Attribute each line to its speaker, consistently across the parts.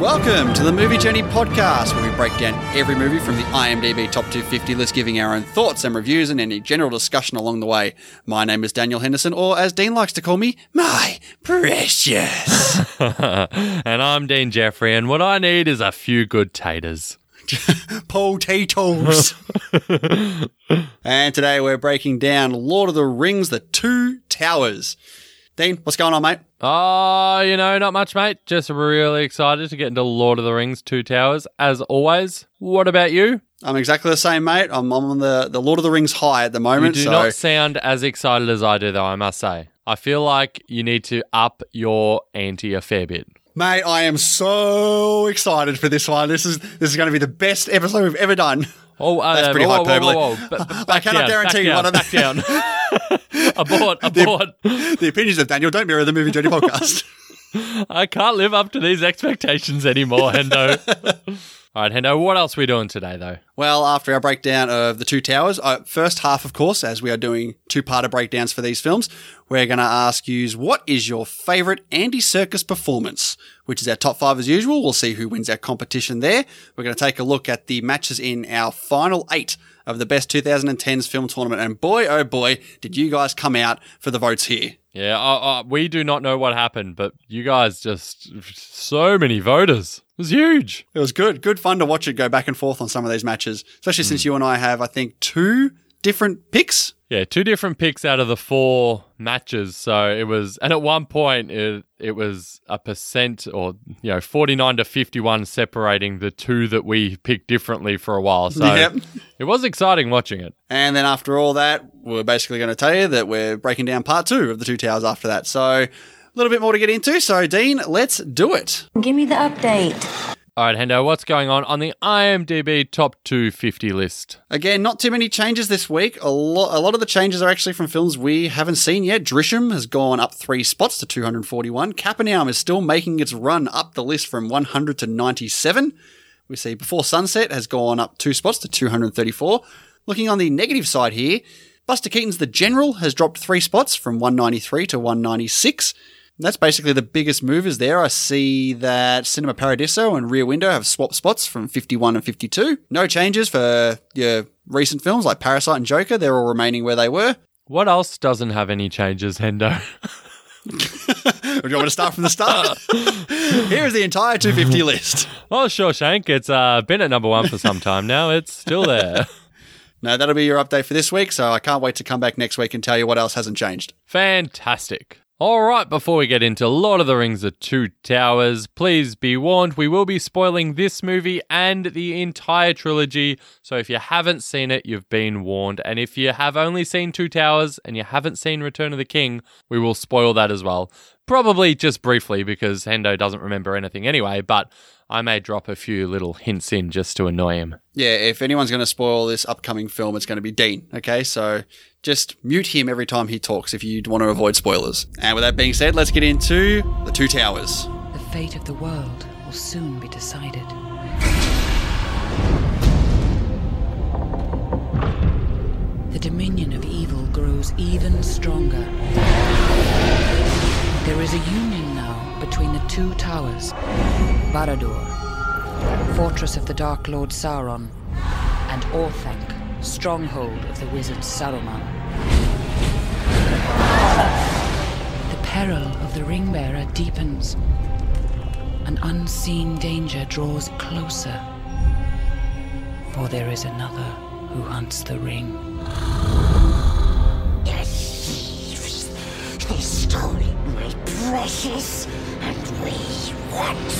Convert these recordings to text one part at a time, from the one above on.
Speaker 1: Welcome to the Movie Journey podcast, where we break down every movie from the IMDb Top 250 list, giving our own thoughts and reviews and any general discussion along the way. My name is Daniel Henderson, or as Dean likes to call me, my precious.
Speaker 2: and I'm Dean Jeffrey, and what I need is a few good taters.
Speaker 1: Potatoes. and today we're breaking down Lord of the Rings, The Two Towers. Dean, what's going on, mate?
Speaker 2: Oh, you know, not much, mate. Just really excited to get into Lord of the Rings Two Towers, as always. What about you?
Speaker 1: I'm exactly the same, mate. I'm, I'm on the, the Lord of the Rings high at the
Speaker 2: You
Speaker 1: moment.
Speaker 2: do
Speaker 1: so
Speaker 2: not sound as excited as I do, though, I must say. I feel like you need to up your ante a fair bit.
Speaker 1: Mate, I am so excited for this one. This is this is going to be the best episode we've ever done.
Speaker 2: Oh, uh,
Speaker 1: That's
Speaker 2: uh,
Speaker 1: pretty
Speaker 2: whoa, whoa,
Speaker 1: hyperbole.
Speaker 2: Whoa, whoa, Ba- ba-
Speaker 1: I cannot guarantee
Speaker 2: down,
Speaker 1: one of
Speaker 2: back down. abort, abort.
Speaker 1: The opinions of Daniel don't mirror the movie Journey podcast.
Speaker 2: I can't live up to these expectations anymore, Hendo. All right, Hendo, what else are we doing today, though?
Speaker 1: Well, after our breakdown of the two towers, uh, first half, of course, as we are doing two-parter breakdowns for these films, we're going to ask you what is your favourite Andy Circus performance, which is our top five as usual. We'll see who wins our competition there. We're going to take a look at the matches in our final eight of the best 2010s film tournament, and boy, oh boy, did you guys come out for the votes here.
Speaker 2: Yeah, uh, uh, we do not know what happened, but you guys just so many voters. It was huge.
Speaker 1: It was good. Good fun to watch it go back and forth on some of these matches, especially since you and I have, I think, two different picks.
Speaker 2: Yeah, two different picks out of the four matches. So it was, and at one point it it was a percent or you know forty nine to fifty one separating the two that we picked differently for a while. So
Speaker 1: Yep.
Speaker 2: it was exciting watching it.
Speaker 1: And then after all that, we're basically going to tell you that we're breaking down part two of the two towers after that. So a little bit more to get into. So, Dean, let's do it.
Speaker 3: Give me the update.
Speaker 2: All right, Hendo, what's going on on the IMDb top two fifty list?
Speaker 1: Again, not too many changes this week. A lot, a lot of the changes are actually from films we haven't seen yet. Drisham has gone up three spots to 241. Capernaum is still making its run up the list from 100 to 97. We see Before Sunset has gone up two spots to 234. Looking on the negative side here, Buster Keaton's The General has dropped three spots from 193 to 196. That's basically the biggest movers there. I see that Cinema Paradiso and Rear Window have swapped spots from 51 and 52. No changes for your recent films like Parasite and Joker. They're all remaining where they were.
Speaker 2: What else doesn't have any changes, Hendo?
Speaker 1: Or do you want me to start from the start? Here is the entire 250 list.
Speaker 2: Oh, Shawshank, it's uh, been at number one for some time now. It's still there.
Speaker 1: No, that'll be your update for this week. So I can't wait to come back next week and tell you what else hasn't changed.
Speaker 2: Fantastic. All right, before we get into Lord of the Rings The Two Towers, please be warned we will be spoiling this movie and the entire trilogy. So if you haven't seen it, you've been warned. And if you have only seen Two Towers and you haven't seen Return of the King, we will spoil that as well. Probably just briefly because Hendo doesn't remember anything anyway, but I may drop a few little hints in just to annoy him.
Speaker 1: Yeah, if anyone's going to spoil this upcoming film, it's going to be Dean. Okay, so just mute him every time he talks if you want to avoid spoilers. And with that being said, let's get into The Two Towers.
Speaker 4: The fate of the world will soon be decided. The dominion of evil grows even stronger. There is a union now between the two towers Barad-dûr, fortress of the Dark Lord Sauron, and Orthanc, stronghold of the wizard Saruman. The peril of the Ringbearer deepens. An unseen danger draws closer. For there is another who hunts the ring.
Speaker 5: The thieves! They stole my precious, and we want it!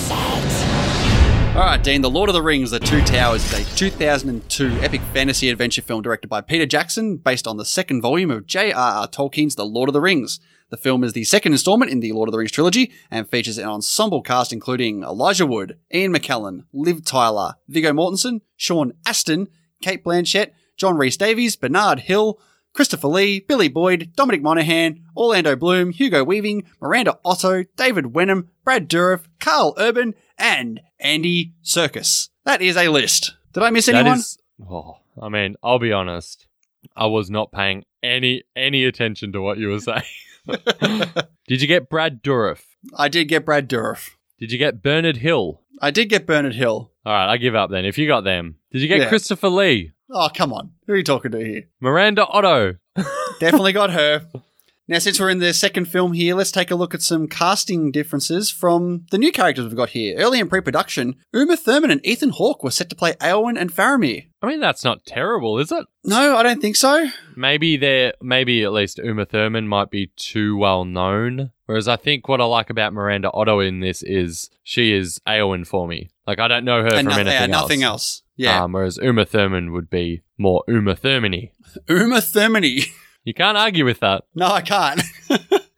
Speaker 1: All right, Dean, The Lord of the Rings, The Two Towers is a 2002 epic fantasy adventure film directed by Peter Jackson based on the second volume of J.R.R. Tolkien's The Lord of the Rings. The film is the second installment in the Lord of the Rings trilogy and features an ensemble cast including Elijah Wood, Ian McKellen, Liv Tyler, Viggo Mortensen, Sean Astin, Kate Blanchett, John Rhys Davies, Bernard Hill, Christopher Lee, Billy Boyd, Dominic Monaghan, Orlando Bloom, Hugo Weaving, Miranda Otto, David Wenham, Brad Dourif, Carl Urban, and Andy Circus. That is a list. Did I miss anyone?
Speaker 2: That is, oh, I mean, I'll be honest. I was not paying any any attention to what you were saying. Did you get Brad Dourif?
Speaker 1: I did get Brad Dourif.
Speaker 2: Did you get Bernard Hill?
Speaker 1: I did get Bernard Hill.
Speaker 2: All right, I give up then. If you got them, did you get
Speaker 1: Yeah.
Speaker 2: Christopher Lee,
Speaker 1: Oh, come on. Who are you talking to here?
Speaker 2: Miranda Otto?
Speaker 1: Definitely got her. Now, since we're in the second film here, let's take a look at some casting differences from the new characters we've got here. Early in pre production, Uma Thurman and Ethan Hawke were set to play Aowen and Faramir.
Speaker 2: I mean, that's not terrible, is it?
Speaker 1: No, I don't think so.
Speaker 2: Maybe there, maybe at least Uma Thurman might be too well known. Whereas I think what I like about Miranda Otto in this is she is Aowen for me. Like I don't know her
Speaker 1: and
Speaker 2: from
Speaker 1: noth-
Speaker 2: anything
Speaker 1: yeah,
Speaker 2: else.
Speaker 1: nothing else. Yeah.
Speaker 2: Um, whereas Uma Thurman would be more Uma Thurmany.
Speaker 1: Uma Thurmany.
Speaker 2: You can't argue with that.
Speaker 1: no, I can't.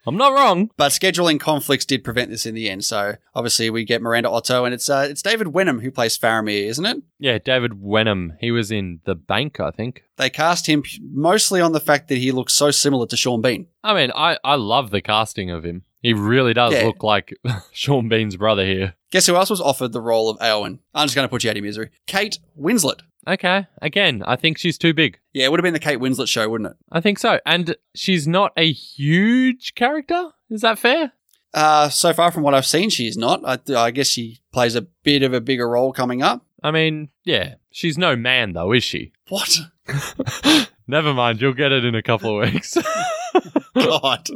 Speaker 2: I'm not wrong.
Speaker 1: But scheduling conflicts did prevent this in the end. So obviously we get Miranda Otto, and it's uh, it's David Wenham who plays Faramir, isn't it?
Speaker 2: Yeah, David Wenham. He was in The Bank, I think.
Speaker 1: They cast him p- mostly on the fact that he looks so similar to Sean Bean.
Speaker 2: I mean, I, I love the casting of him. He really does
Speaker 1: Yeah.
Speaker 2: look like Sean Bean's brother here.
Speaker 1: Guess who else was offered the role of Aowen? I'm just going to put you out of your misery. Kate Winslet.
Speaker 2: Okay. Again, I think she's too big.
Speaker 1: Yeah, it would have been the Kate Winslet show, wouldn't it?
Speaker 2: I think so. And she's not a huge character. Is that fair?
Speaker 1: Uh, so far from what I've seen, she's not. I, I guess she plays a bit of a bigger role coming up.
Speaker 2: I mean, yeah. She's no man, though, is she?
Speaker 1: What?
Speaker 2: Never mind. You'll get it in a couple of weeks.
Speaker 1: God.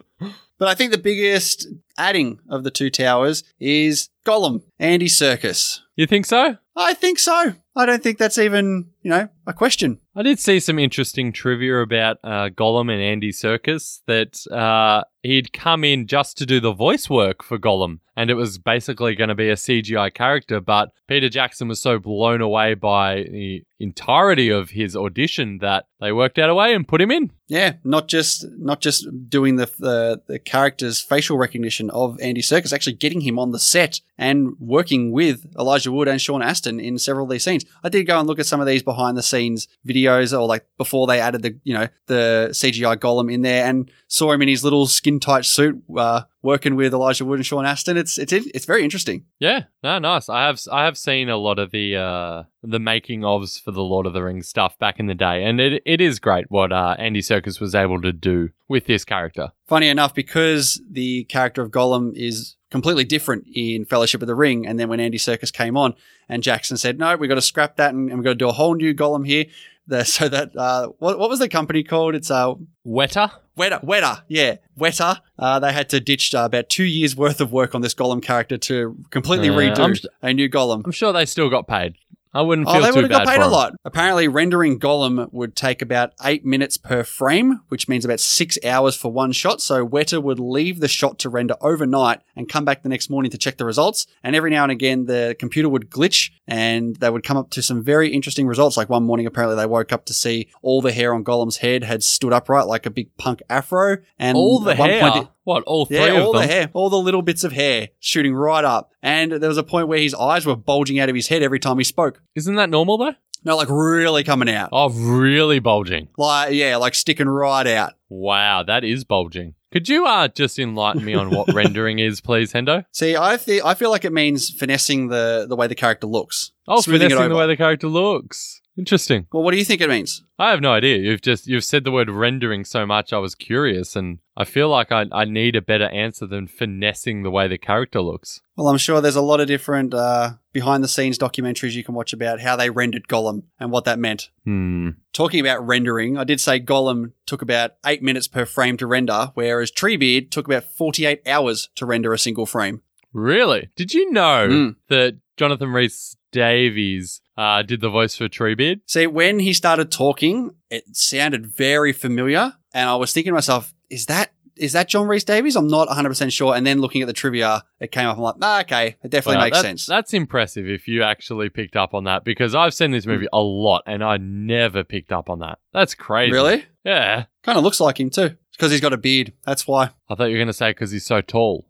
Speaker 1: But I think the biggest adding of the two towers is Gollum, Andy Circus.
Speaker 2: you think so?
Speaker 1: I think so. I don't think that's even, you know, a question.
Speaker 2: I did see some interesting trivia about uh, Gollum and Andy Circus that uh, he'd come in just to do the voice work for Gollum, and it was basically going to be a CGI character. But Peter Jackson was so blown away by the entirety of his audition that they worked out a way and put him in.
Speaker 1: Yeah, not just not just doing the the, the character's facial recognition of Andy Circus, actually getting him on the set and working with Elijah Wood and Sean Astin in several of these scenes. I did go and look at some of these behind the scenes videos, or like before they added the you know the CGI Gollum in there, and saw him in his little skin tight suit uh, working with Elijah Wood and Sean Astin. It's it's it's very interesting.
Speaker 2: Yeah, no, nice. I have I have seen a lot of the uh, the making ofs for the Lord of the Rings stuff back in the day, and it, it is great what uh, Andy Circus was able to do with this character.
Speaker 1: Funny enough, because the character of Gollum is completely different in Fellowship of the Ring, and then when Andy Circus came on, and Jackson said, "No, we got to scrap that, and, and we got to do a whole new Gollum here." The, so that uh, what what was the company called? It's uh,
Speaker 2: Wetter.
Speaker 1: Weta, Weta, yeah, Weta. Uh, they had to ditch uh, about two years worth of work on this Gollum character to completely
Speaker 2: Uh, I'm
Speaker 1: redo
Speaker 2: s-
Speaker 1: a new Gollum.
Speaker 2: I'm sure they still got paid. I wouldn't feel
Speaker 1: Oh, they
Speaker 2: too
Speaker 1: would have
Speaker 2: bad
Speaker 1: got paid
Speaker 2: for
Speaker 1: a
Speaker 2: 'em.
Speaker 1: lot. Apparently, rendering Gollum would take about eight minutes per frame, which means about six hours for one shot. So Weta would leave the shot to render overnight and come back the next morning to check the results. And every now and again, the computer would glitch, and they would come up to some very interesting results. Like one morning, apparently they woke up to see all the hair on Gollum's head had stood upright like a big punk afro, and
Speaker 2: All the
Speaker 1: at one
Speaker 2: hair.
Speaker 1: point it-
Speaker 2: what? All three
Speaker 1: yeah,
Speaker 2: of
Speaker 1: all
Speaker 2: them.
Speaker 1: the hair, all the little bits of hair shooting right up. And there was a point where his eyes were bulging out of his head every time he spoke.
Speaker 2: Isn't that normal though?
Speaker 1: No, like really coming out.
Speaker 2: Oh, really bulging.
Speaker 1: Like yeah, like sticking right out.
Speaker 2: Wow, that is bulging. Could you uh just enlighten me on what rendering is, please, Hendo?
Speaker 1: See, I feel I feel like it means finessing the the way the character looks.
Speaker 2: Oh,
Speaker 1: Smoothing it
Speaker 2: finessing the
Speaker 1: over.
Speaker 2: way the character looks. Interesting.
Speaker 1: Well, what do you think it means?
Speaker 2: I have no idea. You've just you've said the word rendering so much. I was curious, and I feel like I, I need a better answer than finessing the way the character looks.
Speaker 1: Well, I'm sure there's a lot of different uh, behind the scenes documentaries you can watch about how they rendered Gollum and what that meant.
Speaker 2: Hmm.
Speaker 1: Talking about rendering, I did say Gollum took about eight minutes per frame to render, whereas Treebeard took about 48 hours to render a single frame.
Speaker 2: Really? Did you know
Speaker 1: Mm.
Speaker 2: that Jonathan Rhys Davies uh, did the voice for Treebeard?
Speaker 1: See, when he started talking, it sounded very familiar, and I was thinking to myself, "Is that is that John Reese Davies?" I'm not 100 percent sure. And then looking at the trivia, it came up. I'm like, "Ah, okay, it definitely
Speaker 2: Wow,
Speaker 1: makes
Speaker 2: that-
Speaker 1: sense."
Speaker 2: That's impressive if you actually picked up on that because I've seen
Speaker 1: Hmm.
Speaker 2: this movie a lot and I never picked up on that. That's crazy.
Speaker 1: really,
Speaker 2: Yeah.
Speaker 1: kind of looks like him too, because he's got a beard. That's why.
Speaker 2: I thought you were going to say because he's so tall.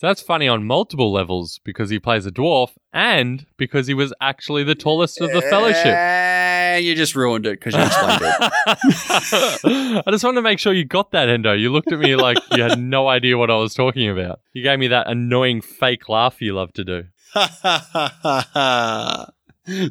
Speaker 2: So that's funny on multiple levels because he plays a dwarf and because he was actually the tallest of the fellowship.
Speaker 1: Eh, you just ruined it because you explained it.
Speaker 2: I just wanted to make sure you got that, Endo. You looked at me like you had no idea what I was talking about. You gave me that annoying fake laugh you love to do.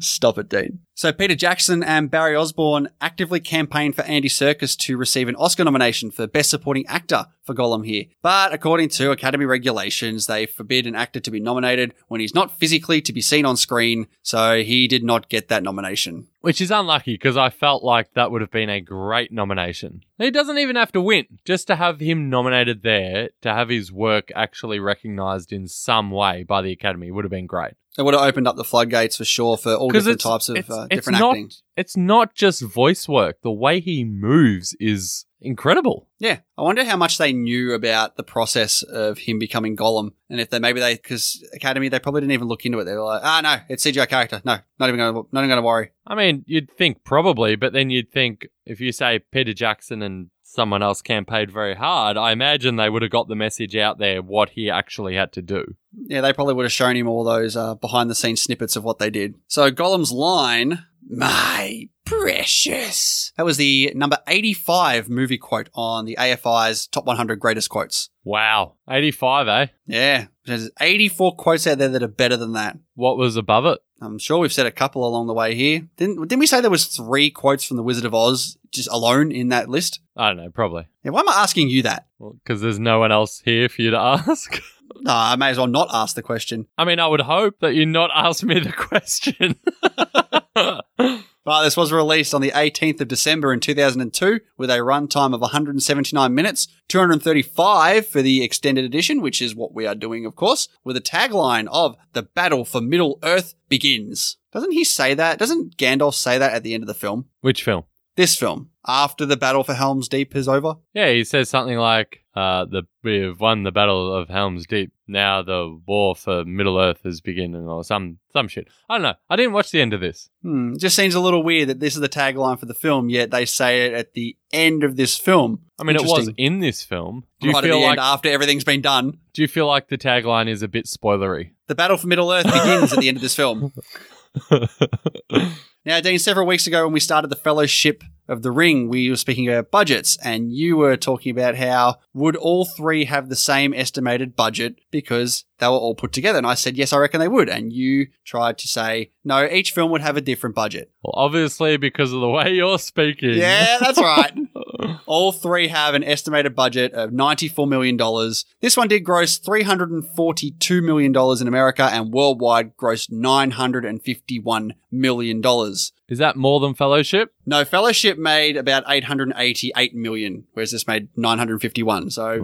Speaker 1: Stop it, Dean. So Peter Jackson and Barry Osborne actively campaigned for Andy Serkis to receive an Oscar nomination for Best Supporting Actor for Gollum here. But according to Academy regulations, they forbid an actor to be nominated when he's not physically to be seen on screen, so he did not get that nomination.
Speaker 2: Which is unlucky because I felt like that would have been a great nomination. He doesn't even have to win, just to have him nominated there, to have his work actually recognized in some way by the Academy would have been great.
Speaker 1: It would have opened up the floodgates for sure for all
Speaker 2: 'Cause
Speaker 1: different
Speaker 2: it's-
Speaker 1: types of
Speaker 2: it's-
Speaker 1: uh,
Speaker 2: it's
Speaker 1: different
Speaker 2: not-
Speaker 1: acting.
Speaker 2: It's not just voice work, the way he moves is incredible.
Speaker 1: Yeah, I wonder how much they knew about the process of him becoming Gollum, and if they maybe they because Academy they probably didn't even look into it. They were like, ah, no, it's CGI character. No, not even gonna, not even gonna worry.
Speaker 2: I mean, you'd think probably, but then you'd think if you say Peter Jackson and someone else campaigned very hard, I imagine they would have got the message out there what he actually had to do.
Speaker 1: Yeah, they probably would have shown him all those uh, behind the scenes snippets of what they did. So Gollum's line, "My precious," that was the number eighty-five movie quote on the AFI's top one hundred greatest quotes.
Speaker 2: Wow. 85, eh?
Speaker 1: Yeah, there's eighty-four quotes out there that are better than that.
Speaker 2: What was above it?
Speaker 1: I'm sure we've said a couple along the way here. Didn't didn't we say there was three quotes from the Wizard of Oz just alone in that list?
Speaker 2: I don't know, probably.
Speaker 1: Yeah, why am I asking you that?
Speaker 2: Because there's no one else here for you to ask.
Speaker 1: No, I may as well not ask the question.
Speaker 2: I mean, I would hope that you not ask me the question.
Speaker 1: Well, this was released on the 18th of December in 2002 with a runtime of 179 minutes, 235 for the extended edition, which is what we are doing, of course, with a tagline of "The battle for Middle Earth begins." Doesn't he say that? Doesn't Gandalf say that at the end of the film?
Speaker 2: Which film?
Speaker 1: This film, after the battle for Helm's Deep is over.
Speaker 2: Yeah, he says something like, uh, the, we've won the Battle of Helm's Deep. Now the war for Middle Earth is beginning, or some, some shit. I don't know. I didn't watch the end of this.
Speaker 1: Hmm, it just seems a little weird that this is the tagline for the film, yet they say it at the end of this film.
Speaker 2: I mean, it was
Speaker 1: Interesting.
Speaker 2: in this film. Do you,
Speaker 1: right at
Speaker 2: feel
Speaker 1: the end uh,
Speaker 2: like,
Speaker 1: after everything's been done.
Speaker 2: do you feel like the tagline is a bit spoilery?
Speaker 1: The battle for Middle Earth begins at the end of this film. Now, Dean, several weeks ago when we started the Fellowship of the Ring, we were speaking about budgets, and you were talking about how would all three have the same estimated budget because they were all put together. And I said, yes, I reckon they would. And you tried to say, no, each film would have a different budget.
Speaker 2: well, obviously, because of the way you're speaking.
Speaker 1: Yeah, that's right. All three have an estimated budget of $94 million. This one did gross $342 million in America and worldwide grossed $951 million.
Speaker 2: Is that more than Fellowship?
Speaker 1: No, Fellowship made about 888 million, whereas this made 951. So made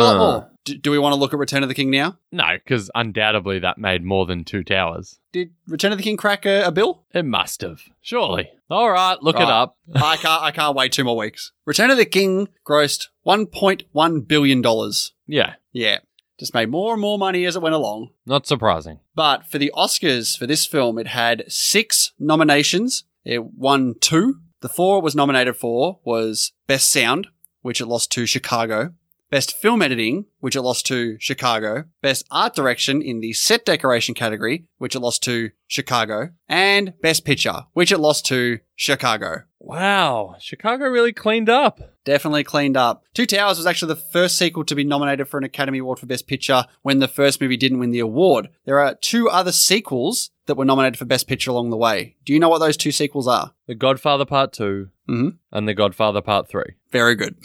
Speaker 1: a lot more. D- do we want to look at Return of the King now?
Speaker 2: Ah. No, because undoubtedly that made more than two towers.
Speaker 1: Did Return of the King crack a, a bill?
Speaker 2: It must have, surely. All right, look
Speaker 1: Right.
Speaker 2: it up.
Speaker 1: I can't. I can't wait two more weeks. Return of the King grossed 1.1 billion dollars.
Speaker 2: Yeah,
Speaker 1: Yeah, just made more and more money as it went along.
Speaker 2: not surprising.
Speaker 1: But for the Oscars for this film, it had six nominations. It won two. The four it was nominated for was Best Sound, which it lost to Chicago. Best Film Editing, which it lost to Chicago. Best Art Direction in the Set Decoration category, which it lost to Chicago. And Best Picture, which it lost to Chicago.
Speaker 2: Wow, Chicago really cleaned up.
Speaker 1: Definitely cleaned up. Two Towers was actually the first sequel to be nominated for an Academy Award for Best Picture when the first movie didn't win the award. There are two other sequels that were nominated for Best Picture along the way. Do you know what those two sequels are?
Speaker 2: The Godfather Part 2
Speaker 1: Mhm.
Speaker 2: and The Godfather Part 3.
Speaker 1: Very good.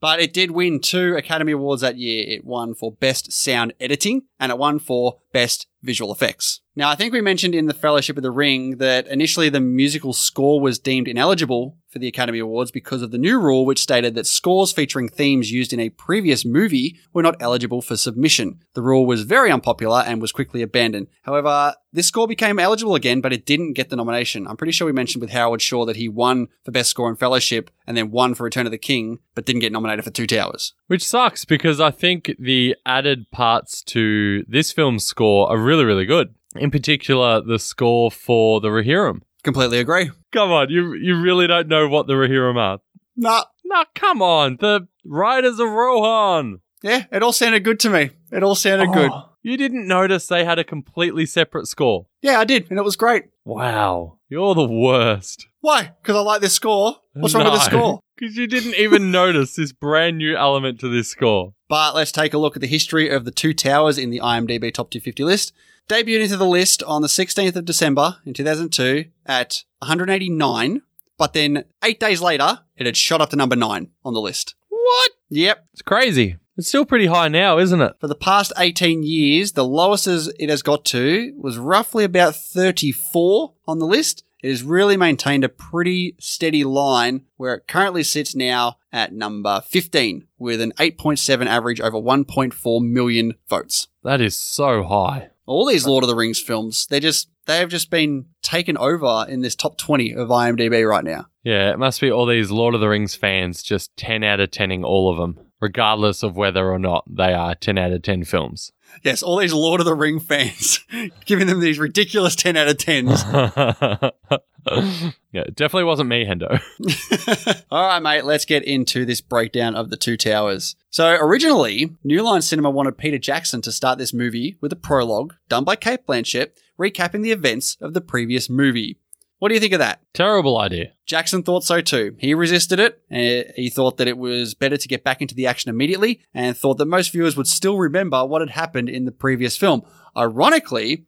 Speaker 1: But it did win two Academy Awards that year. It won for Best Sound Editing and it won for Best Visual Effects. Now, I think we mentioned in The Fellowship of the Ring that initially the musical score was deemed ineligible for the Academy Awards because of the new rule which stated that scores featuring themes used in a previous movie were not eligible for submission. The rule was very unpopular and was quickly abandoned. However, this score became eligible again, but it didn't get the nomination. I'm pretty sure we mentioned with Howard Shaw that he won for Best Score in Fellowship and then won for Return of the King, but didn't get nominated for Two Towers.
Speaker 2: Which sucks because I think the added parts to this film's score are really, really good. In particular, the score for the Rohirrim.
Speaker 1: Completely agree.
Speaker 2: Come on, you you really don't know what the Rohirrim are.
Speaker 1: Nah.
Speaker 2: No, come on, the Riders of Rohan.
Speaker 1: Yeah, it all sounded good to me. It all sounded good.
Speaker 2: You didn't notice they had a completely separate score.
Speaker 1: Yeah, I did, and it was great.
Speaker 2: Wow. You're the worst.
Speaker 1: Why? Because I like this score. What's wrong with the score?
Speaker 2: Because you didn't even notice this brand new element to this score.
Speaker 1: But let's take a look at the history of the two towers in the IMDb Top 250 list. Debuted into the list on the 16th of December in 2002 at 189, but then eight days later, it had shot up to number nine on the list.
Speaker 2: What?
Speaker 1: Yep.
Speaker 2: It's crazy. It's still pretty high now, isn't it?
Speaker 1: For the past 18 years, the lowest as it has got to was roughly about 34 on the list. It has really maintained a pretty steady line where it currently sits now at number 15 with an 8.7 average over 1.4 million votes.
Speaker 2: That is so high.
Speaker 1: All these Lord of the Rings films, they just they have just been taken over in this top 20 of IMDb right now.
Speaker 2: Yeah, it must be all these Lord of the Rings fans just 10 out of 10ing all of them, regardless of whether or not they are 10 out of 10 films.
Speaker 1: Yes, all these Lord of the Ring fans giving them these ridiculous 10 out of 10s.
Speaker 2: yeah, it definitely wasn't me, Hendo.
Speaker 1: All right, mate, let's get into this breakdown of the two towers. So, originally, New Line Cinema wanted Peter Jackson to start this movie with a prologue done by Kate Blanchett, recapping the events of the previous movie. What do you think of that?
Speaker 2: Terrible idea.
Speaker 1: Jackson thought so too. He resisted it, and he thought that it was better to get back into the action immediately, and thought that most viewers would still remember what had happened in the previous film. Ironically, year ago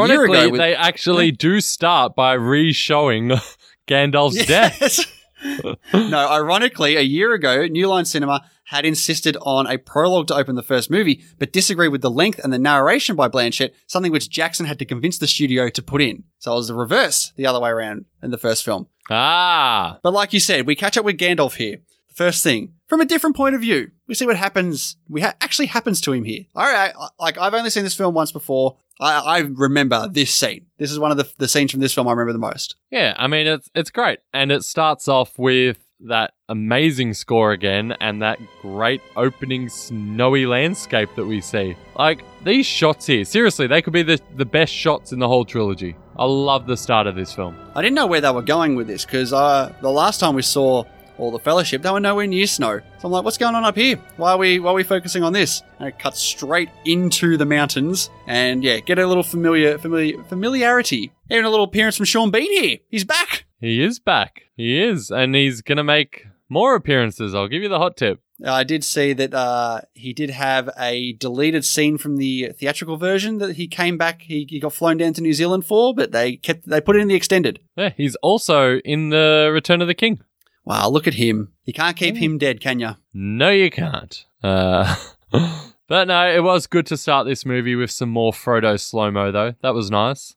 Speaker 2: Ironically,
Speaker 1: with-
Speaker 2: they actually do start by re-showing Gandalf's death.
Speaker 1: Yes. no, ironically, a year ago, New Line Cinema had insisted on a prologue to open the first movie, but disagreed with the length and the narration by Blanchett, something which Jackson had to convince the studio to put in. So it was the reverse the other way around in the first film.
Speaker 2: Ah,
Speaker 1: But like you said, we catch up with Gandalf here. The first thing, from a different point of view, we see what happens. We ha- actually happens to him here. All right, I- like I've only seen this film once before. I, I remember this scene. This is one of the, the scenes from this film I remember the most.
Speaker 2: yeah. I mean, it's it's great, and it starts off with that amazing score again, and that great opening snowy landscape that we see. Like these shots here, seriously, they could be the the best shots in the whole trilogy. I love the start of this film.
Speaker 1: I didn't know where they were going with this because uh, the last time we saw all the Fellowship, they were nowhere near snow. So I'm like, what's going on up here? Why are we why are we focusing on this? And it cuts straight into the mountains, and yeah, get a little familiar familiar familiarity. Even a little appearance from Sean Bean here. He's back.
Speaker 2: He is back. He is, and he's gonna make more appearances. I'll give you the hot tip.
Speaker 1: I did see that uh, he did have a deleted scene from the theatrical version that he came back. He, he got flown down to New Zealand for, but they kept they put it in the extended.
Speaker 2: Yeah, he's also in the Return of the King.
Speaker 1: Wow, look at him. You can't keep him dead, can you?
Speaker 2: No, you can't. Uh, but no, it was good to start this movie with some more Frodo slow mo, though. That was nice.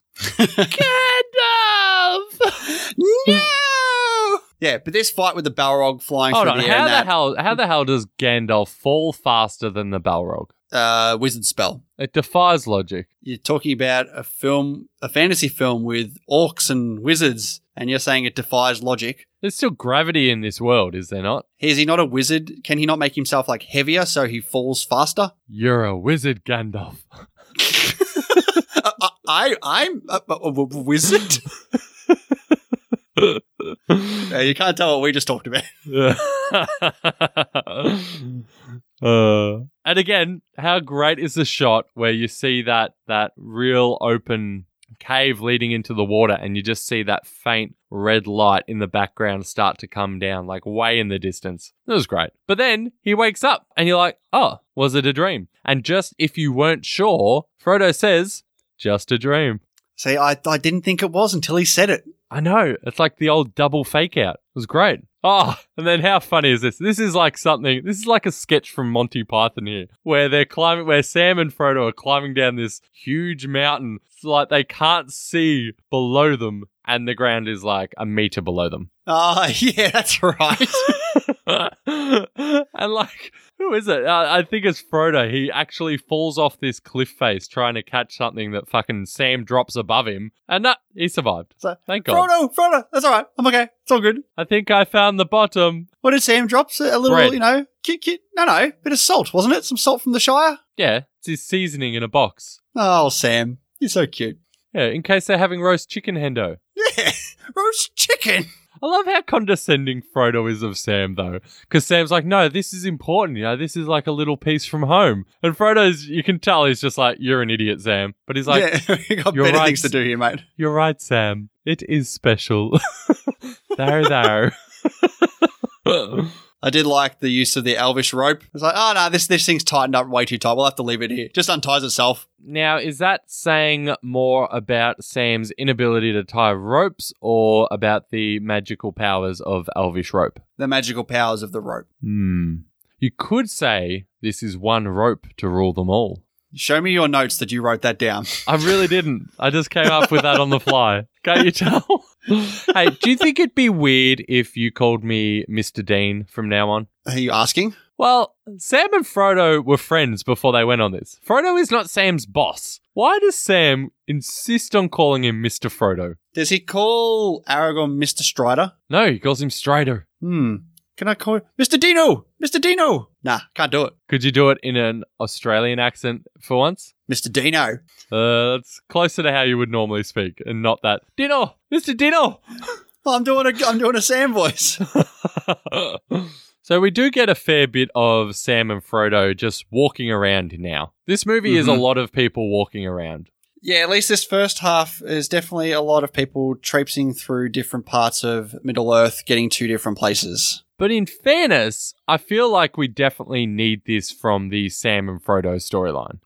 Speaker 2: Gandalf!
Speaker 1: no. Yeah, but this fight with the Balrog flying
Speaker 2: Hold
Speaker 1: through
Speaker 2: on,
Speaker 1: the air
Speaker 2: how
Speaker 1: and
Speaker 2: the
Speaker 1: that
Speaker 2: hell? How the hell does Gandalf fall faster than the Balrog?
Speaker 1: uh, wizard spell.
Speaker 2: It defies logic.
Speaker 1: You're talking about a film, a fantasy film with orcs and wizards, and you're saying it defies logic.
Speaker 2: There's still gravity in this world, is there not?
Speaker 1: Is he not a wizard? Can he not make himself like heavier so he falls faster?
Speaker 2: You're a wizard, Gandalf.
Speaker 1: I, I, Uh, I- I'm a, a- a w- wizard. Yeah, you can't tell what we just talked about.
Speaker 2: Uh, and again, how great is the shot where you see that that real open cave leading into the water, and you just see that faint red light in the background start to come down, like way in the distance. That was great. But then he wakes up, and you're like, "Oh, was it a dream?" And just if you weren't sure, Frodo says, "Just a dream."
Speaker 1: See, I, I didn't think it was until he said it.
Speaker 2: I know. It's like the old double fake out. It was great. Oh, and then how funny is this? This is like something. This is like a sketch from Monty Python here, where they're climbing, where Sam and Frodo are climbing down this huge mountain. It's like they can't see below them, and the ground is like a meter below them.
Speaker 1: Ah, yeah, that's right.
Speaker 2: and like, who is it? Uh, I think it's Frodo. He actually falls off this cliff face trying to catch something that fucking Sam drops above him, and that he survived.
Speaker 1: So,
Speaker 2: Thank God.
Speaker 1: Frodo, Frodo, that's all right. I'm okay. It's all good.
Speaker 2: I think I found the bottom.
Speaker 1: What did Sam drops? A little,
Speaker 2: Bread.
Speaker 1: you know, kit, kit. No, no, bit of salt, wasn't it? Some salt from the Shire.
Speaker 2: Yeah, it's his seasoning in a box.
Speaker 1: Oh, Sam, you're so cute.
Speaker 2: Yeah, in case they're having roast chicken, Hendo.
Speaker 1: Yeah, roast chicken.
Speaker 2: I love how condescending Frodo is of Sam, though, because Sam's like, "No, this is important. You know, this is like a little piece from home." And Frodo's, you can tell, he's just like, "You're an idiot, Sam." But he's like,
Speaker 1: yeah, we got
Speaker 2: you're
Speaker 1: better
Speaker 2: right.
Speaker 1: things to do here, mate.
Speaker 2: "You're right, Sam. It is special." there, there.
Speaker 1: I did like the use of the Elvish rope. It's like, oh no, this this thing's tightened up way too tight. We'll have to leave it here. Just unties itself.
Speaker 2: Now, is that saying more about Sam's inability to tie ropes or about the magical powers of Elvish rope?
Speaker 1: The magical powers of the rope.
Speaker 2: Hmm. You could say this is one rope to rule them all.
Speaker 1: Show me your notes that you wrote that down.
Speaker 2: I really didn't. I just came up with that on the fly. Can't you tell? hey, do you think it'd be weird if you called me Mr. Dean from now on?
Speaker 1: Are you asking?
Speaker 2: Well, Sam and Frodo were friends before they went on this. Frodo is not Sam's boss. Why does Sam insist on calling him Mr. Frodo?
Speaker 1: Does he call Aragorn Mr. Strider?
Speaker 2: No, he calls him Strider.
Speaker 1: Hmm. Can I call Mr. Dino? Mr. Dino? Nah, can't do it.
Speaker 2: Could you do it in an Australian accent for once?
Speaker 1: Mr. Dino.
Speaker 2: Uh, that's closer to how you would normally speak and not that. Dino! Mr. Dino!
Speaker 1: Well, I'm doing a I'm doing a Sam voice.
Speaker 2: so we do get a fair bit of Sam and Frodo just walking around now. This movie is a
Speaker 1: Mhm.
Speaker 2: lot of people walking around.
Speaker 1: yeah, at least this first half is definitely a lot of people traipsing through different parts of Middle Earth, getting to different places.
Speaker 2: But in fairness, I feel like we definitely need this from the Sam and Frodo storyline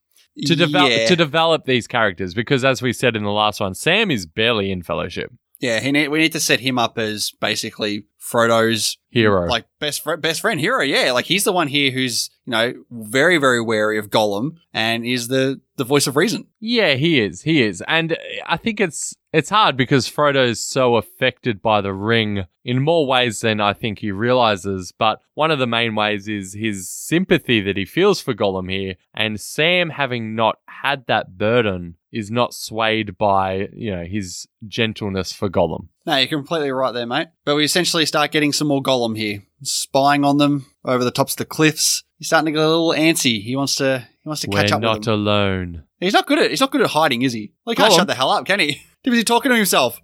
Speaker 2: to develop
Speaker 1: Yeah.
Speaker 2: to develop these characters because, as we said in the last one, Sam is barely in Fellowship
Speaker 1: yeah, he need, we need to set him up as basically Frodo's
Speaker 2: hero.
Speaker 1: like best fri best friend hero. Yeah, like he's the one here who's you know very very wary of Gollum and is the the voice of reason.
Speaker 2: Yeah, he is. He is. And uh, I think it's it's hard because Frodo's so affected by the ring in more ways than I think he realizes, but one of the main ways is his sympathy that he feels for Gollum here, and Sam having not had that burden is not swayed by, you know, his gentleness for Gollum.
Speaker 1: No, you're completely right there, mate. But we essentially start getting some more Gollum here, spying on them over the tops of the cliffs. He's starting to get a little antsy. He wants to he wants to
Speaker 2: We're
Speaker 1: catch up
Speaker 2: not
Speaker 1: with them.
Speaker 2: alone.
Speaker 1: he's not good at he's not good at hiding, is he? Like, he can't
Speaker 2: Gollum.
Speaker 1: shut the hell up, can he? Too busy talking to himself.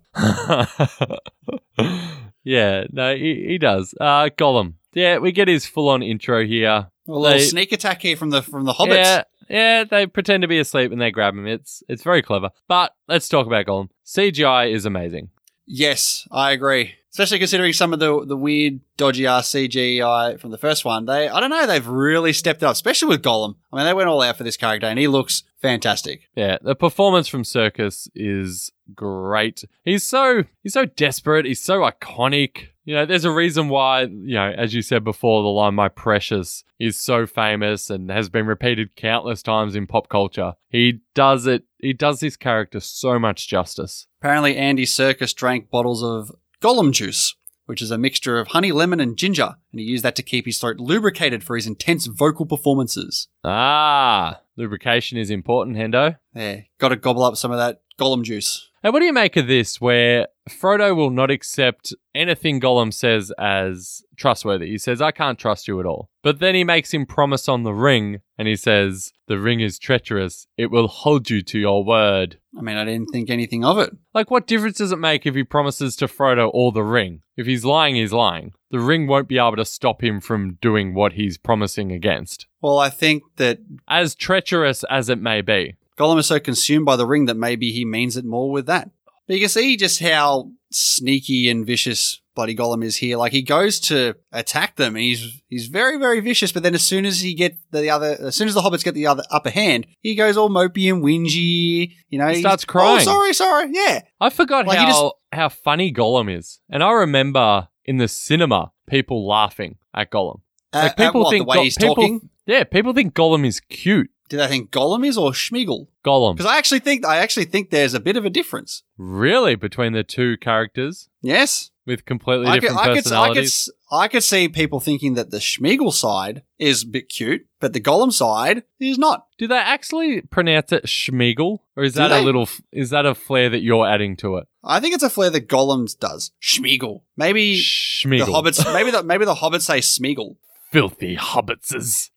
Speaker 2: yeah, no, he, he does. Uh Gollum. Yeah, we get his full on intro here.
Speaker 1: A little
Speaker 2: They-
Speaker 1: sneak attack here from the from the hobbits.
Speaker 2: Yeah, yeah, they pretend to be asleep and they grab him. It's it's very clever. But let's talk about Gollum. CGI is amazing.
Speaker 1: Yes, I agree. Especially considering some of the the weird dodgy RCGI from the first one. They I don't know, they've really stepped up, especially with Gollum. I mean, they went all out for this character and he looks fantastic.
Speaker 2: Yeah, the performance from Circus is great. He's so he's so desperate. He's so iconic. You know, there's a reason why you know, as you said before, the line "My precious" is so famous and has been repeated countless times in pop culture. He does it. He does his character so much justice.
Speaker 1: Apparently Andy Circus drank bottles of Gollum juice, which is a mixture of honey, lemon and ginger, and he used that to keep his throat lubricated for his intense vocal performances.
Speaker 2: Ah, lubrication is important, Hendo.
Speaker 1: Yeah, got to gobble up some of that Gollum juice.
Speaker 2: And what do you make of this where Frodo will not accept anything Gollum says as trustworthy? He says, I can't trust you at all. But then he makes him promise on the ring and he says, The ring is treacherous. It will hold you to your word.
Speaker 1: I mean, I didn't think anything of it.
Speaker 2: Like, what difference does it make if he promises to Frodo or the ring? If he's lying, he's lying. The ring won't be able to stop him from doing what he's promising against,
Speaker 1: Well, I think that
Speaker 2: as treacherous as it may be.
Speaker 1: Gollum is so consumed by the ring that maybe he means it more with that. But you can see just how sneaky and vicious bloody Gollum is here. Like he goes to attack them, and he's he's very very vicious. But then as soon as he get the other, as soon as the hobbits get the other upper hand, he goes all mopey and whingy. You know,
Speaker 2: He
Speaker 1: he's-
Speaker 2: starts crying.
Speaker 1: Oh, sorry, sorry. Yeah,
Speaker 2: I forgot
Speaker 1: Like,
Speaker 2: how
Speaker 1: he
Speaker 2: how funny Gollum is, and I remember in the cinema people laughing at Gollum. Like,
Speaker 1: At- at
Speaker 2: people
Speaker 1: what,
Speaker 2: think
Speaker 1: the way
Speaker 2: Go-
Speaker 1: he's
Speaker 2: people-
Speaker 1: talking.
Speaker 2: Yeah, people think Gollum is cute.
Speaker 1: Do they think Gollum is or Schmiegel?
Speaker 2: Gollum,
Speaker 1: Because I actually think I actually think there's a bit of a difference.
Speaker 2: really, between the two characters
Speaker 1: Yes,
Speaker 2: with completely
Speaker 1: I could,
Speaker 2: different
Speaker 1: I, could, I, could,
Speaker 2: personalities.
Speaker 1: s- I could see people thinking that the Schmiegel side is a bit cute, but the Gollum side is not.
Speaker 2: Do they actually pronounce it Schmiegel, or is
Speaker 1: Do
Speaker 2: that a
Speaker 1: they?
Speaker 2: little? f- Is that a flair that you're adding to it?
Speaker 1: I think it's a flair that Gollum does. Schmiegel. Maybe
Speaker 2: Schmiegel.
Speaker 1: the hobbits. Maybe the maybe the hobbits say Smeagol.
Speaker 2: filthy hobbitses.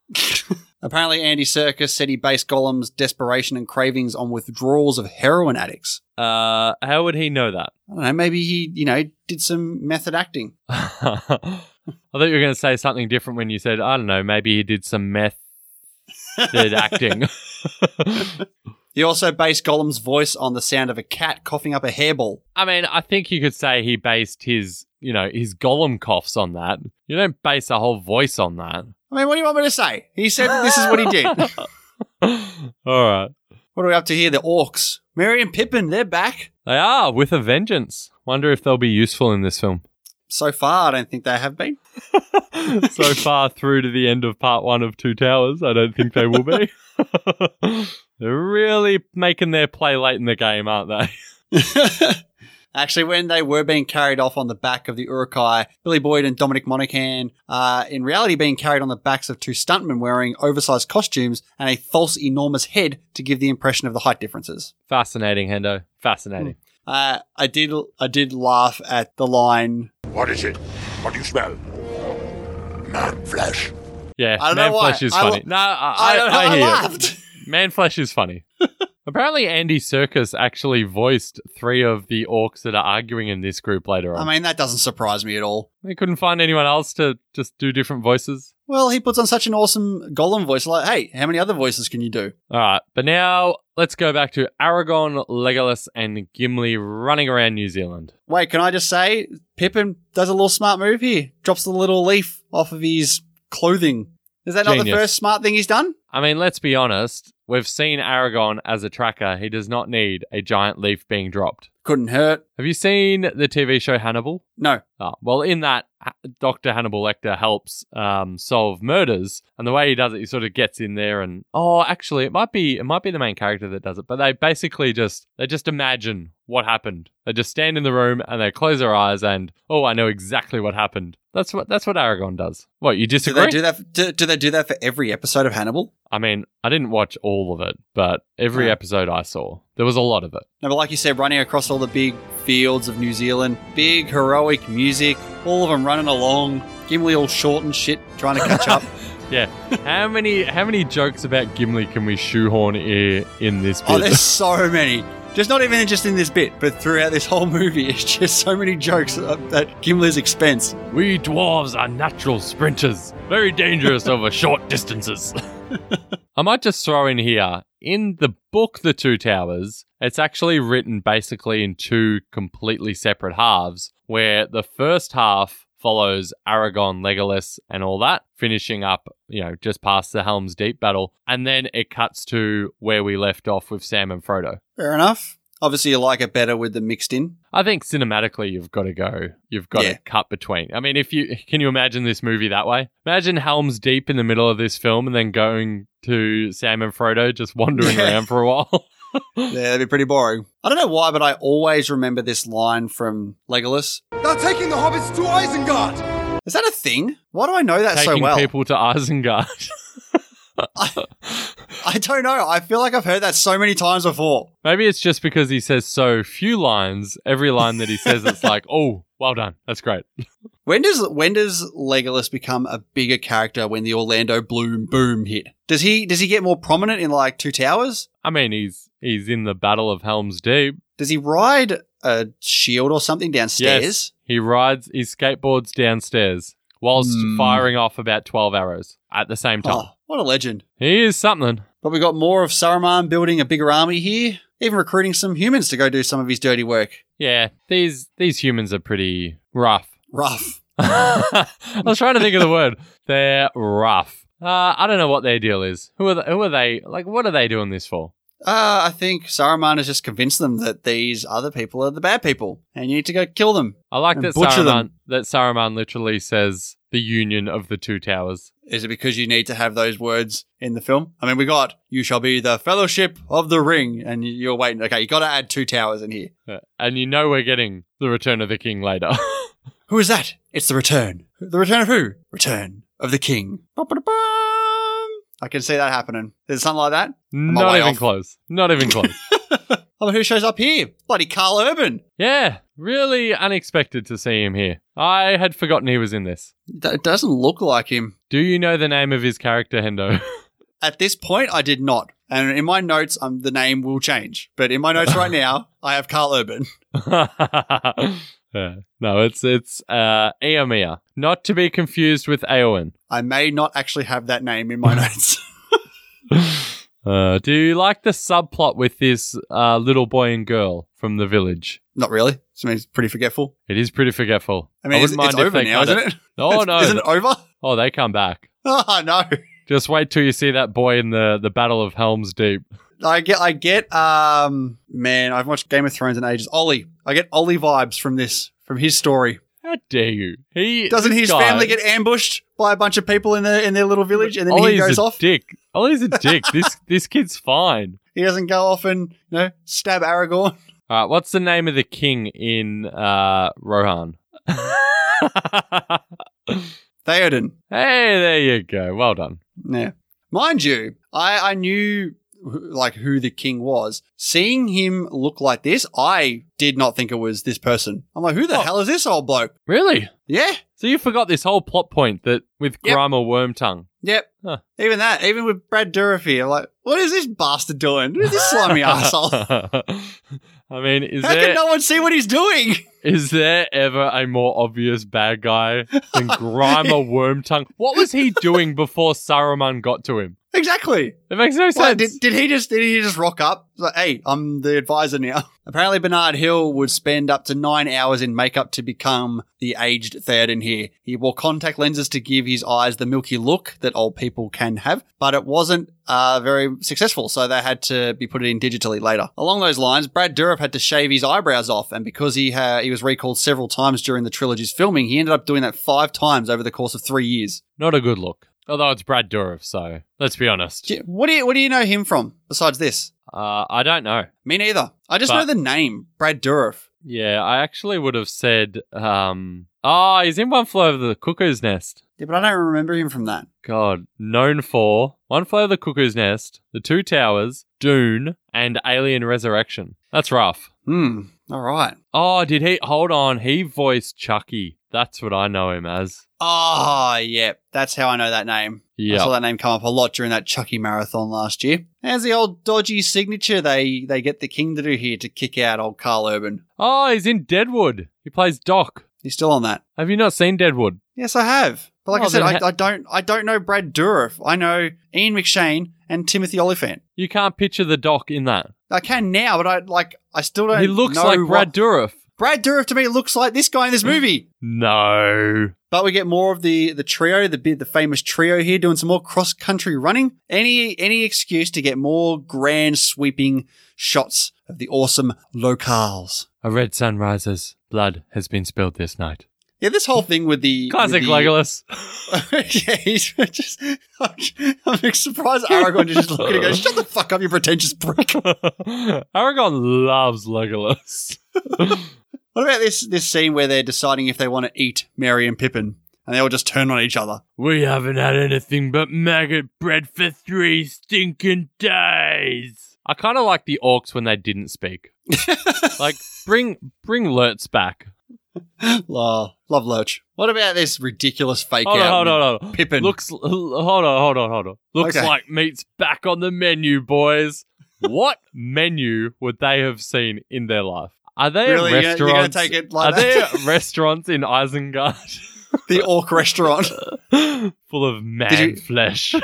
Speaker 1: Apparently, Andy Serkis said he based Gollum's desperation and cravings on withdrawals of heroin addicts.
Speaker 2: Uh, how would he know that?
Speaker 1: I don't know, maybe he, you know, did some method acting.
Speaker 2: I thought you were going to say something different when you said, I don't know, maybe he did some method acting.
Speaker 1: He also based Gollum's voice on the sound of a cat coughing up a hairball.
Speaker 2: I mean, I think you could say he based his, you know, his Gollum coughs on that. You don't base a whole voice on that.
Speaker 1: I mean, what do you want me to say? He said this is what he did.
Speaker 2: All right.
Speaker 1: What are we up to here? The orcs. Merry and Pippin, they're back.
Speaker 2: They are with a vengeance. Wonder if they'll be useful in this film.
Speaker 1: So far, I don't think they have been.
Speaker 2: so far through to the end of part one of Two Towers, I don't think they will be. They're really making their play late in the game, aren't they?
Speaker 1: Actually, when they were being carried off on the back of the Urukai, Billy Boyd and Dominic Monaghan are in reality being carried on the backs of two stuntmen wearing oversized costumes and a false enormous head to give the impression of the height differences.
Speaker 2: Fascinating, Hendo. Fascinating.
Speaker 1: Uh, I did I did laugh at the line.
Speaker 5: What is it? What do you smell? Man flesh.
Speaker 2: Yeah,
Speaker 1: I don't know
Speaker 2: man flesh
Speaker 1: why.
Speaker 2: is
Speaker 1: I
Speaker 2: funny.
Speaker 1: l-
Speaker 2: no, I,
Speaker 1: I, don't know,
Speaker 2: I,
Speaker 1: I,
Speaker 2: hear. you.
Speaker 1: laughed.
Speaker 2: Man Flesh is funny. Apparently, Andy Circus actually voiced three of the orcs that are arguing in this group later on.
Speaker 1: I mean, that doesn't surprise me at all.
Speaker 2: they couldn't find anyone else to just do different voices.
Speaker 1: Well, he puts on such an awesome golem voice. Like, hey, how many other voices can you do?
Speaker 2: All right, but now let's go back to Aragon, Legolas, and Gimli running around New Zealand.
Speaker 1: Wait, can I just say, Pippin does a little smart move here. Drops the little leaf off of his clothing. Is that not the
Speaker 2: Genius.
Speaker 1: first smart thing he's done?
Speaker 2: I mean, let's be honest. We've seen Aragon as a tracker. He does not need a giant leaf being dropped.
Speaker 1: Couldn't hurt.
Speaker 2: Have you seen the TV show Hannibal?
Speaker 1: No.
Speaker 2: Oh, well, in that, Ha- Dr. Hannibal Lecter helps um, solve murders, and the way he does it, he sort of gets in there and oh, actually, it might be it might be the main character that does it, but they basically just they just imagine what happened. They just stand in the room and they close their eyes and oh, I know exactly what happened. That's what that's what Aragon does. What you
Speaker 1: Do
Speaker 2: disagree?
Speaker 1: they do that? Do, do they do that for every episode of Hannibal?
Speaker 2: I mean, I didn't watch all of it, but every
Speaker 1: No.
Speaker 2: episode I saw, there was a lot of it.
Speaker 1: No, but like you said, running across all the big fields of New Zealand, big heroic music, all of them running along. Gimli all short and shit, trying to catch up.
Speaker 2: how many how many jokes about Gimli can we shoehorn i- in this? Bit?
Speaker 1: Oh, there's so many. Just not even just in this bit, but throughout this whole movie, it's just so many jokes at at Gimli's expense.
Speaker 2: We dwarves are natural sprinters, very dangerous over short distances. I might just throw in here in the book The Two Towers, it's actually written basically in two completely separate halves, where the first half follows Aragon, Legolas, and all that, finishing up, you know, just past the Helm's Deep battle. And then it cuts to where we left off with Sam and Frodo.
Speaker 1: Fair enough. Obviously, you like it better with the mixed in.
Speaker 2: I think cinematically, you've got to go. You've got
Speaker 1: Yeah.
Speaker 2: to cut between. I mean, if you can you imagine this movie that way? Imagine Helm's Deep in the middle of this film, and then going to Sam and Frodo just wandering
Speaker 1: Yeah.
Speaker 2: around for a while.
Speaker 1: Yeah, that'd be pretty boring. I don't know why, but I always remember this line from Legolas.
Speaker 5: They're taking the hobbits to Isengard!
Speaker 1: Is that a thing? Why do I know that
Speaker 2: Taking
Speaker 1: so well?
Speaker 2: people to Isengard.
Speaker 1: I don't know. I feel like I've heard that so many times before.
Speaker 2: Maybe it's just because he says so few lines. Every line that he says, it's like, oh, well done. That's great.
Speaker 1: When does when does Legolas become a bigger character when the Orlando Bloom boom hit? Does he does he get more prominent in like Two Towers?
Speaker 2: I mean, he's he's in the Battle of Helm's Deep.
Speaker 1: Does he ride a shield or something downstairs?
Speaker 2: He rides, he skateboards downstairs whilst
Speaker 1: Hmm.
Speaker 2: firing off about 12 arrows at the same time.
Speaker 1: Oh, what a legend.
Speaker 2: He is something.
Speaker 1: But we got more of Saruman building a bigger army here, even recruiting some humans to go do some of his dirty work.
Speaker 2: Yeah, these these humans are pretty rough.
Speaker 1: Rough.
Speaker 2: I was trying to think of the word. They're rough. Uh, I don't know what their deal is. Who are they, who are they? Like, what are they doing this for?
Speaker 1: Uh, I think Saruman has just convinced them that these other people are the bad people, and you need to go kill them.
Speaker 2: I like
Speaker 1: And
Speaker 2: that
Speaker 1: butcher
Speaker 2: Saruman
Speaker 1: them.
Speaker 2: that Saruman literally says the union of the two towers.
Speaker 1: Is it because you need to have those words in the film? I mean, we got "You shall be the Fellowship of the Ring," and you- you're waiting. Okay, you got to add two towers in here.
Speaker 2: Uh, And you know we're getting the return of the king later.
Speaker 1: Who is that? It's the return. The return of who? Return of the King. Ba-ba-da-bum. I can see that happening. Is it something like that?
Speaker 2: Not
Speaker 1: way
Speaker 2: even
Speaker 1: off?
Speaker 2: close. Not even close.
Speaker 1: I mean, who shows up here? Bloody Carl Urban.
Speaker 2: yeah, Really unexpected to see him here. I had forgotten he was in this.
Speaker 1: D- It doesn't look like him.
Speaker 2: Do you know the name of his character, Hendo?
Speaker 1: At this point, I did not. And in my notes, um, the name will change. But in my notes right now, I have Carl Urban.
Speaker 2: Yeah. No, it's it's uh Eomia. Not to be confused with Aowen.
Speaker 1: I may not actually have that name in my notes.
Speaker 2: Uh, do you like the subplot with this uh, little boy and girl from the village?
Speaker 1: not really. So I mean, it's pretty forgetful.
Speaker 2: It is pretty forgetful.
Speaker 1: I mean, it's,
Speaker 2: wouldn't
Speaker 1: it's
Speaker 2: mind if
Speaker 1: over
Speaker 2: they
Speaker 1: now,
Speaker 2: cut
Speaker 1: isn't it?
Speaker 2: No,
Speaker 1: It's-
Speaker 2: no.
Speaker 1: Isn't it over?
Speaker 2: Oh, they come back.
Speaker 1: Oh, no.
Speaker 2: Just wait till you see that boy in the, the Battle of Helm's Deep.
Speaker 1: I get, I get, um, man, I've watched Game of Thrones in ages. Ollie. I get Ollie vibes from this, from his story.
Speaker 2: How dare you? He
Speaker 1: Doesn't
Speaker 2: this
Speaker 1: his
Speaker 2: guy-
Speaker 1: family get ambushed by a bunch of people in their in their little village, and then
Speaker 2: Ollie's
Speaker 1: he goes
Speaker 2: a
Speaker 1: off?
Speaker 2: dick. Ollie's a dick. this this kid's fine.
Speaker 1: He doesn't go off and you know stab Aragorn.
Speaker 2: All right, Uh, what's the name of the king in uh, Rohan?
Speaker 1: Theoden.
Speaker 2: Hey, there you go. Well done.
Speaker 1: Yeah, mind you, I I knew who- like who the king was. Seeing him look like this, I did not think it was this person. I'm like, who the
Speaker 2: Oh.
Speaker 1: hell is this old bloke?
Speaker 2: Really?
Speaker 1: Yeah,
Speaker 2: So you forgot this whole plot point that with
Speaker 1: Yep.
Speaker 2: Grima Wormtongue.
Speaker 1: yep.
Speaker 2: Huh.
Speaker 1: Even that, even with Brad Dourif, I'm like, what is this bastard doing? Who's this slimy asshole?
Speaker 2: I mean, is
Speaker 1: How
Speaker 2: there
Speaker 1: can no one see what he's doing?
Speaker 2: is there ever a more obvious bad guy than Grima Wormtongue? What was he doing before Saruman got to him?
Speaker 1: Exactly.
Speaker 2: It makes no sense.
Speaker 1: What, did, did he just did he just rock up? He's Like, hey, I'm the advisor now. Apparently, Bernard Hill would spend up to nine hours in makeup to become the aged Theoden here. He wore contact lenses to give his eyes the milky look that old people can have, but it wasn't uh, very successful, so they had to be put in digitally later. Along those lines, Brad Dourif had to shave his eyebrows off, and because he ha- he was recalled several times during the trilogy's filming, he ended up doing that five times over the course of three years.
Speaker 2: Not a good look. Although it's Brad Dourif, so let's be honest.
Speaker 1: Gee, What do you, what do you know him from besides this?
Speaker 2: Uh, I don't know.
Speaker 1: Me neither. I just
Speaker 2: But-
Speaker 1: know the name, Brad Dourif.
Speaker 2: Yeah, I actually would have said, um, ah, he's in One Flew Over the Cuckoo's Nest.
Speaker 1: Yeah, but I don't remember him from that.
Speaker 2: God, known for One Flew Over the Cuckoo's Nest, The Two Towers, Dune, and Alien Resurrection. That's rough.
Speaker 1: Hmm. All right.
Speaker 2: Oh, did he? Hold on, he voiced Chucky. That's what I know him as.
Speaker 1: Oh, yeah. That's how I know that name. I saw
Speaker 2: Yeah.
Speaker 1: that name come up a lot during that Chucky marathon last year. There's the old dodgy signature they they get the king to do here to kick out old Carl Urban.
Speaker 2: Oh, he's in Deadwood. He plays Doc.
Speaker 1: He's still on that.
Speaker 2: Have you not seen Deadwood?
Speaker 1: Yes, I have. But like
Speaker 2: Oh,
Speaker 1: I said,
Speaker 2: then
Speaker 1: I,
Speaker 2: ha-
Speaker 1: I don't I don't know Brad Dourif. I know Ian McShane and Timothy Oliphant.
Speaker 2: You can't picture the Doc in that.
Speaker 1: I can now, but I like I still don't.
Speaker 2: He looks
Speaker 1: know
Speaker 2: like
Speaker 1: what-
Speaker 2: Brad Dourif. Hmm.
Speaker 1: Brad Dourif to me looks like this guy in this movie.
Speaker 2: No.
Speaker 1: But we get more of the the trio, the bit the famous trio here doing some more cross country running. Any any excuse to get more grand sweeping shots of the awesome locales.
Speaker 2: A red sun rises. Blood has been spilled this night.
Speaker 1: Yeah, this whole thing with the with
Speaker 2: Classic
Speaker 1: the-
Speaker 2: Legolas.
Speaker 1: yeah, he's just. I'm surprised Aragorn is just looking and go, "Shut the fuck up, you pretentious prick."
Speaker 2: Aragon loves Legolas.
Speaker 1: What about this this scene where they're deciding if they want to eat Merry and Pippin, and they all just turn on each other?
Speaker 2: we haven't had anything but maggot bread for three stinking days. I kind of like the orcs when they didn't speak. like bring bring Lertz back.
Speaker 1: Law, love Lurch. What about this ridiculous fake
Speaker 2: Hold
Speaker 1: out?
Speaker 2: on, hold on, hold on.
Speaker 1: Pippin.
Speaker 2: Looks hold on, hold on, hold on. Looks
Speaker 1: Okay.
Speaker 2: like meat's back on the menu, boys. what menu would they have seen in their life? Are there
Speaker 1: Really, you're gonna-
Speaker 2: restaurants?
Speaker 1: you're gonna take it like
Speaker 2: are
Speaker 1: that?
Speaker 2: there restaurants in Isengard?
Speaker 1: The orc restaurant.
Speaker 2: full of man
Speaker 1: you-
Speaker 2: flesh.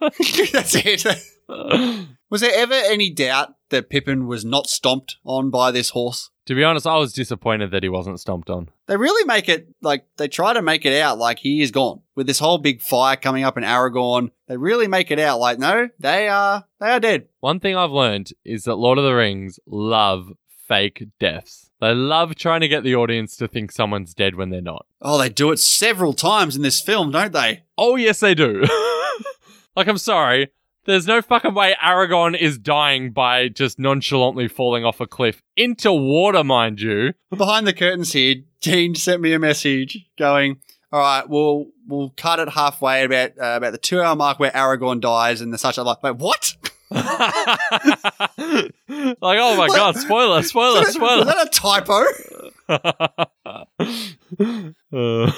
Speaker 1: That's it.
Speaker 2: to
Speaker 1: Was there ever any doubt that Pippin was not stomped on by this horse?
Speaker 2: be honest, I was disappointed that he wasn't stomped on.
Speaker 1: They really make it like they try to make it out like he is gone with this whole big fire coming up in Aragorn. They really make it out like no, they are they are dead.
Speaker 2: One thing I've learned is that Lord of the Rings love fake deaths. They love trying to get the audience to think someone's dead when they're not.
Speaker 1: Oh, they do it several times in this film, don't they?
Speaker 2: Oh, yes, they do. like, I'm sorry. There's no fucking way Aragon is dying by just nonchalantly falling off a cliff into water, mind you.
Speaker 1: Behind the curtains here, Gene sent me a message going, "All right, we'll we'll cut it halfway about uh, about the two hour mark where Aragorn dies and the such." I'm like, "Wait, what?"
Speaker 2: like, oh my god, spoiler, spoiler,
Speaker 1: Is that
Speaker 2: spoiler.
Speaker 1: a typo?
Speaker 2: Uh,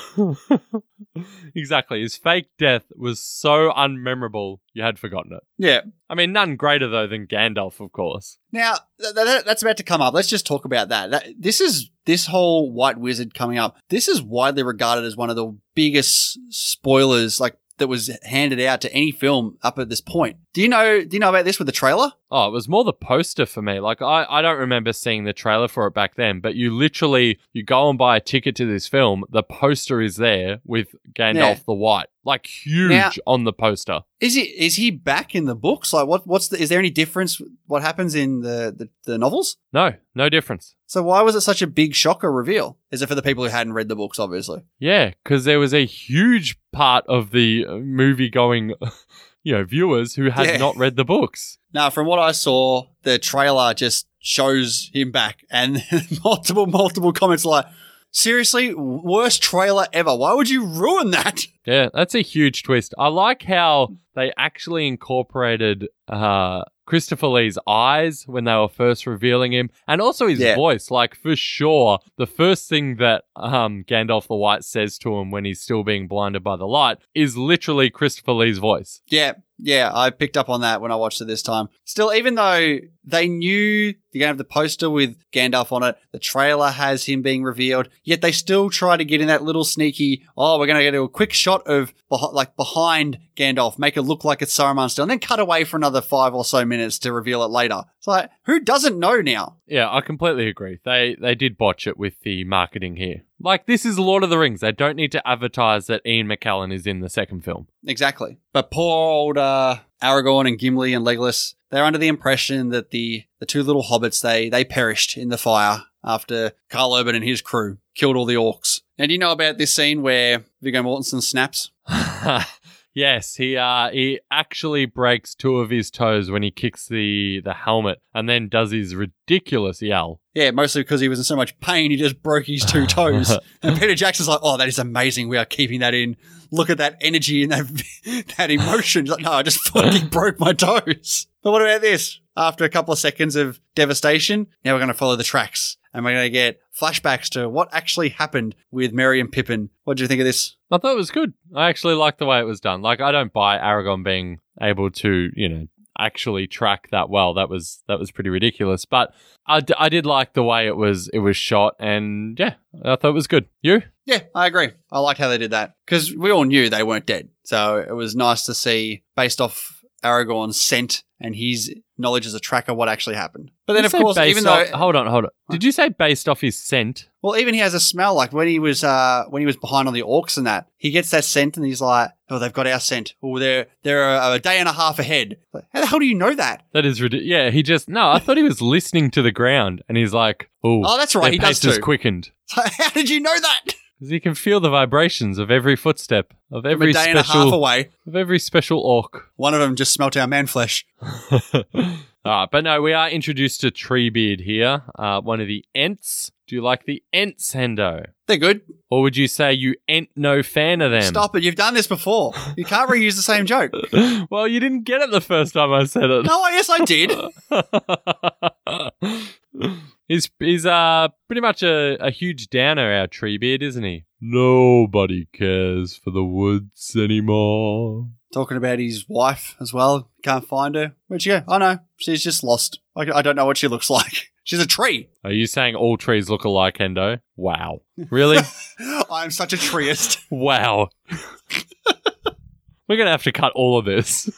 Speaker 2: exactly. His fake death was so unmemorable, you had forgotten it.
Speaker 1: Yeah.
Speaker 2: I mean, none greater, though, than Gandalf, of course.
Speaker 1: Now th- th- that's about to come up. Let's just talk about that. that. This is this whole White Wizard coming up. This is widely regarded as one of the biggest spoilers, like that was handed out to any film up at this point. Do you know? Do you know about this with the trailer?
Speaker 2: Oh, it was more the poster for me. Like I, I don't remember seeing the trailer for it back then, but you literally you go and buy a ticket to this film, the poster is there with Gandalf
Speaker 1: Yeah.
Speaker 2: the White. Like huge
Speaker 1: Now-
Speaker 2: on the poster.
Speaker 1: Is he is he back in the books? Like what? What's the, is there any difference? What happens in the, the the novels?
Speaker 2: No, no difference.
Speaker 1: So why was it such a big shocker reveal? Is it for the people who hadn't read the books? Obviously.
Speaker 2: Yeah, because there was a huge part of the uh, movie going, you know, viewers who had
Speaker 1: Yeah.
Speaker 2: not read the books.
Speaker 1: Now, from what I saw, the trailer just shows him back, and multiple, multiple comments like, seriously, worst trailer ever. Why would you ruin that?
Speaker 2: Yeah, that's a huge twist. I like how they actually incorporated uh, Christopher Lee's eyes when they were first revealing him, and also his
Speaker 1: Yeah.
Speaker 2: voice. Like for sure, the first thing that um, Gandalf the White says to him when he's still being blinded by the light is literally Christopher Lee's voice.
Speaker 1: Yeah, yeah, I picked up on that when I watched it this time. Still, even though they knew they're going to have the poster with Gandalf on it, the trailer has him being revealed, yet they still try to get in that little sneaky, oh, we're going to get a quick shot of beh- like behind Gandalf, make it look like it's Saruman still, and then cut away for another five or so minutes to reveal it later. It's like, who doesn't know now?
Speaker 2: Yeah, I completely agree. They they did botch it with the marketing here. Like this is Lord of the Rings. They don't need to advertise that Ian McKellen is in the second film.
Speaker 1: Exactly. But poor old uh, Aragorn and Gimli and Legolas, they're under the impression that the, the two little hobbits, they, they perished in the fire after Carl Urban and his crew killed all the orcs. Now, do you know about this scene where Viggo Mortensen snaps?
Speaker 2: yes, he uh he actually breaks two of his toes when he kicks the the helmet and then does his ridiculous yell.
Speaker 1: Yeah, mostly because he was in so much pain, he just broke his two toes. and Peter Jackson's like, oh, that is amazing. We are keeping that in. Look at that energy and that, that emotion. He's like, no, I just fucking broke my toes. But what about this? After a couple of seconds of devastation, now we're going to follow the tracks and we're going to get flashbacks to what actually happened with Merry and Pippin. What do you think of this?
Speaker 2: I thought it was good. I actually like the way it was done. Like I don't buy Aragon being able to, you know, actually track that well. That was that was pretty ridiculous, but I, d- I did like the way it was it was shot and yeah, I thought it was good. You?
Speaker 1: Yeah, I agree. I liked how they did that because we all knew they weren't dead. So it was nice to see, based off Aragorn's scent and his knowledge as a tracker, what actually happened. But then,
Speaker 2: Did
Speaker 1: of
Speaker 2: you say
Speaker 1: course,
Speaker 2: based
Speaker 1: even
Speaker 2: off-
Speaker 1: though,
Speaker 2: hold on, hold on. Did you say based off his scent?
Speaker 1: well, even he has a smell. Like when he was, uh, when he was behind on the orcs and that, he gets that scent and he's like, "Oh, they've got our scent. Oh, they're they're a, a day and a half ahead." Like, how the hell do you know that?
Speaker 2: That is ridiculous. Yeah, he just no. I thought he was listening to the ground, and he's like, "Oh,
Speaker 1: Oh, that's right,
Speaker 2: Their
Speaker 1: he
Speaker 2: pace
Speaker 1: does
Speaker 2: is
Speaker 1: too.
Speaker 2: quickened
Speaker 1: how did you know that?
Speaker 2: because he can feel the vibrations of every footstep of
Speaker 1: From a
Speaker 2: every
Speaker 1: day and a half
Speaker 2: special
Speaker 1: away,
Speaker 2: of every special orc."
Speaker 1: one of them just smelt our man flesh.
Speaker 2: Ah, but no, we are introduced to Treebeard here, uh, one of the Ents. Do you like the Ents, Hendo?
Speaker 1: They're good.
Speaker 2: Or would you say you ain't no fan of them?
Speaker 1: Stop it! You've done this before. You can't reuse the same joke.
Speaker 2: Well, you didn't get it the first time I said it.
Speaker 1: No, yes, I did.
Speaker 2: he's he's uh pretty much a, a huge downer, our tree beard, isn't he? Nobody cares for the woods anymore.
Speaker 1: talking about his wife as well. Can't find her. Where'd she go? I know. She's just lost. I, I don't know what she looks like. She's a tree.
Speaker 2: Are you saying all trees look alike, Endo? Wow. Really?
Speaker 1: I'm such a treeist.
Speaker 2: wow. We're gonna have to cut all of this.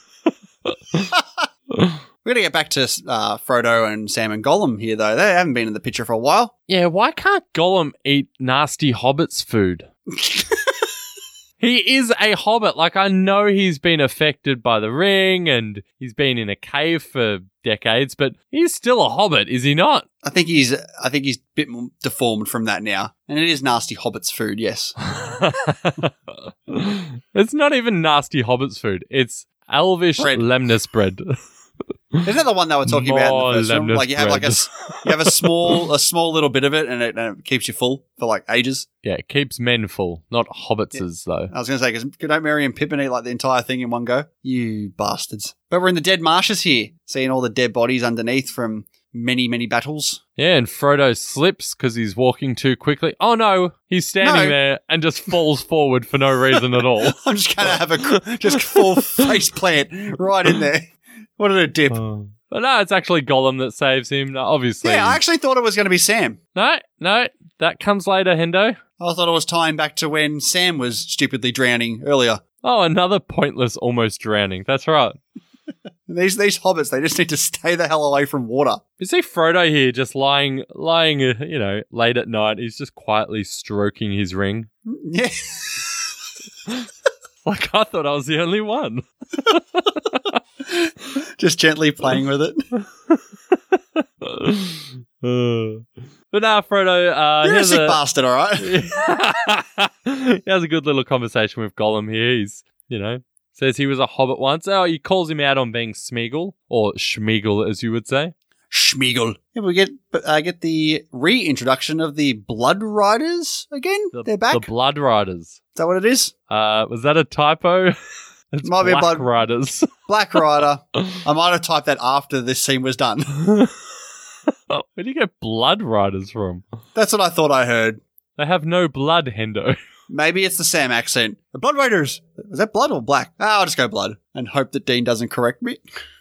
Speaker 1: We're going to get back to uh, Frodo and Sam and Gollum here, though. They haven't been in the picture for a while.
Speaker 2: Yeah, why can't Gollum eat nasty hobbit's food? he is a hobbit. Like, I know he's been affected by the ring and he's been in a cave for decades, but he's still a hobbit, is he not?
Speaker 1: I think he's I think he's a bit more deformed from that now. And it is nasty hobbit's food, yes.
Speaker 2: it's not even nasty hobbit's food, it's elvish
Speaker 1: Bread.
Speaker 2: lemnis bread.
Speaker 1: Isn't that the one they were talking about
Speaker 2: More
Speaker 1: in the first one?
Speaker 2: lemnus
Speaker 1: Like you have like a
Speaker 2: bread.
Speaker 1: s- you have a small a small little bit of it and it, and it keeps you full for like ages.
Speaker 2: yeah, it keeps men full, not hobbitses, though.
Speaker 1: I was going to say, because don't Merry and Pippin eat like the entire thing in one go? You bastards. But we're in the dead marshes here, seeing all the dead bodies underneath from many, many battles.
Speaker 2: Yeah, and Frodo slips because he's walking too quickly. Oh no, he's standing
Speaker 1: No.
Speaker 2: there and just falls forward for no reason at all.
Speaker 1: I'm just gonna have a cr- just full face plant right in there. What a dip!
Speaker 2: Oh, But no, it's actually Gollum that saves him. No, Obviously,
Speaker 1: yeah, I actually thought it was gonna be Sam.
Speaker 2: no, no, that comes later, Hendo.
Speaker 1: I thought it was tying back to when Sam was stupidly drowning earlier.
Speaker 2: Oh, another pointless, almost drowning. That's right.
Speaker 1: These these hobbits, they just need to stay the hell away from water.
Speaker 2: You see Frodo here, just lying, lying, uh, you know, late at night. He's just quietly stroking his ring.
Speaker 1: Yeah,
Speaker 2: Like I thought I was the only one.
Speaker 1: just gently playing with it.
Speaker 2: but now Frodo, uh,
Speaker 1: You're a
Speaker 2: here's
Speaker 1: sick bastard, all right.
Speaker 2: he has a good little conversation with Gollum here. He's, you know, says he was a hobbit once. Oh, he calls him out on being Smeagol, or Schmeagol, as you would say.
Speaker 1: Schmiegel. Yeah, we get uh, get the reintroduction of the Blood Riders again.
Speaker 2: The,
Speaker 1: They're back.
Speaker 2: The Blood Riders.
Speaker 1: Is that what it is?
Speaker 2: Uh, was that a typo? It's
Speaker 1: Might be a
Speaker 2: Black
Speaker 1: blood-
Speaker 2: Riders.
Speaker 1: Black Rider. I might have typed that after this scene was done.
Speaker 2: Oh, Where do you get Blood Riders from?
Speaker 1: That's what I thought I heard.
Speaker 2: They have no blood, Hendo.
Speaker 1: Maybe it's the Sam accent. The Blood Raiders. Is that blood or black? Ah, I'll just go blood and hope that Dean doesn't correct me.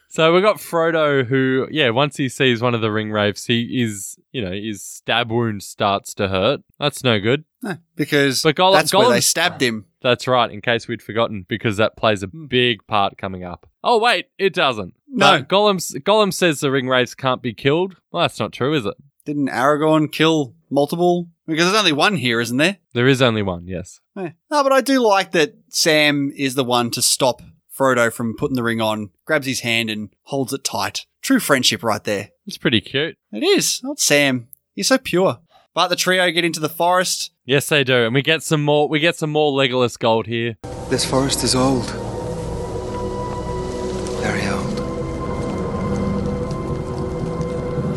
Speaker 2: So we got Frodo, who, yeah, once he sees one of the ring wraiths, he is, you know, his stab wound starts to hurt. That's no good.
Speaker 1: No, Eh, because
Speaker 2: But Gollum-
Speaker 1: that's where
Speaker 2: Gollum-
Speaker 1: they stabbed him.
Speaker 2: That's right, in case we'd forgotten, because that plays a big part coming up. Oh, wait, it doesn't.
Speaker 1: No.
Speaker 2: But Gollum, Gollum says the ring wraiths can't be killed. Well, that's not true, is it?
Speaker 1: Didn't Aragorn kill multiple? Because there's only one here, isn't there?
Speaker 2: There is only one, yes.
Speaker 1: Eh. No, but I do like that Sam is the one to stop Frodo from putting the ring on, grabs his hand and holds it tight. True friendship right there.
Speaker 2: It's pretty cute.
Speaker 1: It is. Not Sam. He's so pure. But the trio get into the forest.
Speaker 2: Yes, they do. And we get some more we get some more Legolas gold here.
Speaker 3: This forest is old. Very old.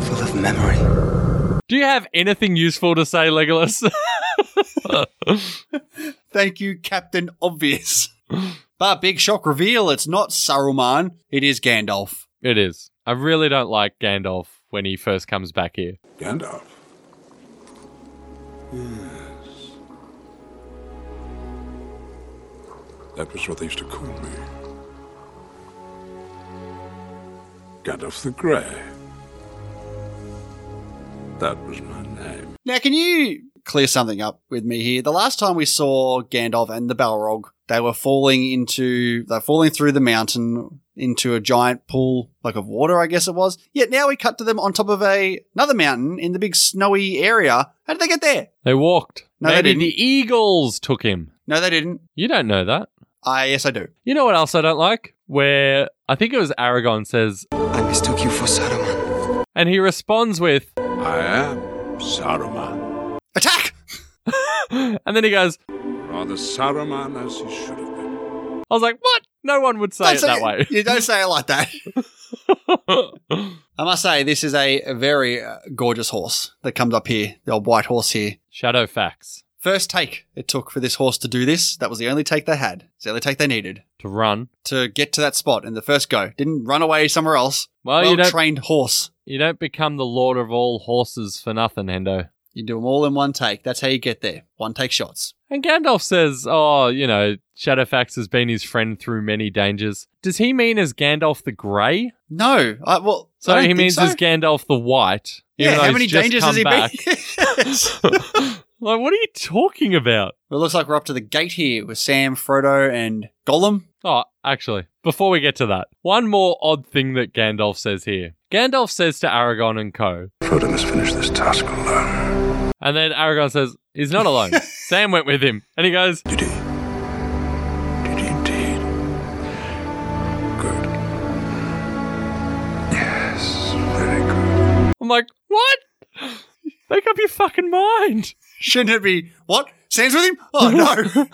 Speaker 3: Full of memory.
Speaker 2: Do you have anything useful to say, Legolas?
Speaker 1: Thank you, Captain Obvious. but big shock reveal, it's not Saruman, it is Gandalf.
Speaker 2: it is. I really don't like Gandalf when he first comes back here.
Speaker 5: Gandalf. Yes. That was what they used to call me. Gandalf the Grey. That was my name.
Speaker 1: Now, can you clear something up with me here? The last time we saw Gandalf and the Balrog, they were falling into, they're falling through the mountain into a giant pool, like of water, I guess it was. Yet now we cut to them on top of a another mountain in the big snowy area. How did they get there?
Speaker 2: They walked.
Speaker 1: No, they
Speaker 2: Maybe
Speaker 1: didn't.
Speaker 2: the Eagles took him.
Speaker 1: No, they didn't.
Speaker 2: You don't know that.
Speaker 1: Ah, yes, I do.
Speaker 2: You know what else I don't like? Where I think it was Aragon says,
Speaker 3: I mistook you for Saruman.
Speaker 2: and he responds with,
Speaker 5: I am Saruman.
Speaker 1: Attack!
Speaker 2: and then he goes,
Speaker 5: Rather Saruman as he should have been.
Speaker 2: I was like, what? No one would
Speaker 1: Don't
Speaker 2: say it that way.
Speaker 1: You don't say it like that. I must say, this is a very uh, gorgeous horse that comes up here, the old white horse here.
Speaker 2: Shadow facts
Speaker 1: First take it took for this horse to do this. That was the only take they had. It's the only take they needed
Speaker 2: to run.
Speaker 1: to get to that spot in the first go. Didn't run away somewhere else.
Speaker 2: Well, Oh, you
Speaker 1: well
Speaker 2: don't
Speaker 1: trained horse.
Speaker 2: you don't become the lord of all horses for nothing, Hendo.
Speaker 1: You do them all in one take. That's how you get there. One take shots.
Speaker 2: And Gandalf says, oh, you know, Shadowfax has been his friend through many dangers. Does he mean as Gandalf the Grey?
Speaker 1: No. I, well, I
Speaker 2: So
Speaker 1: don't
Speaker 2: he
Speaker 1: think
Speaker 2: means
Speaker 1: so.
Speaker 2: as Gandalf the White. even
Speaker 1: Yeah,
Speaker 2: though
Speaker 1: how
Speaker 2: he's
Speaker 1: many
Speaker 2: just
Speaker 1: dangers has
Speaker 2: come
Speaker 1: he
Speaker 2: back.
Speaker 1: been? Yes.
Speaker 2: like, what are you talking about?
Speaker 1: Well, it looks like we're up to the gate here with Sam, Frodo, and Gollum.
Speaker 2: Oh, actually, before we get to that, one more odd thing that Gandalf says here. Gandalf says to Aragon and Co.
Speaker 5: Frodo must finish this task alone.
Speaker 2: And then Aragon says, He's not alone. Sam went with him. And he goes,
Speaker 5: Did he? Did he indeed? Good. Yes, very good.
Speaker 2: I'm like, What? Make up your fucking mind.
Speaker 1: Shouldn't it be what? Sam's with him? Oh no!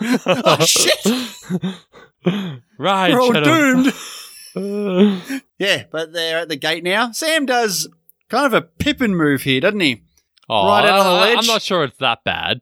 Speaker 1: oh shit!
Speaker 2: Right.
Speaker 1: We're all
Speaker 2: Shadow.
Speaker 1: doomed.
Speaker 2: Uh,
Speaker 1: Yeah, but they're at the gate now. Sam does kind of a Pippin move here, doesn't he?
Speaker 2: aw,
Speaker 1: Right out of the
Speaker 2: I-
Speaker 1: ledge.
Speaker 2: I'm not sure it's that bad.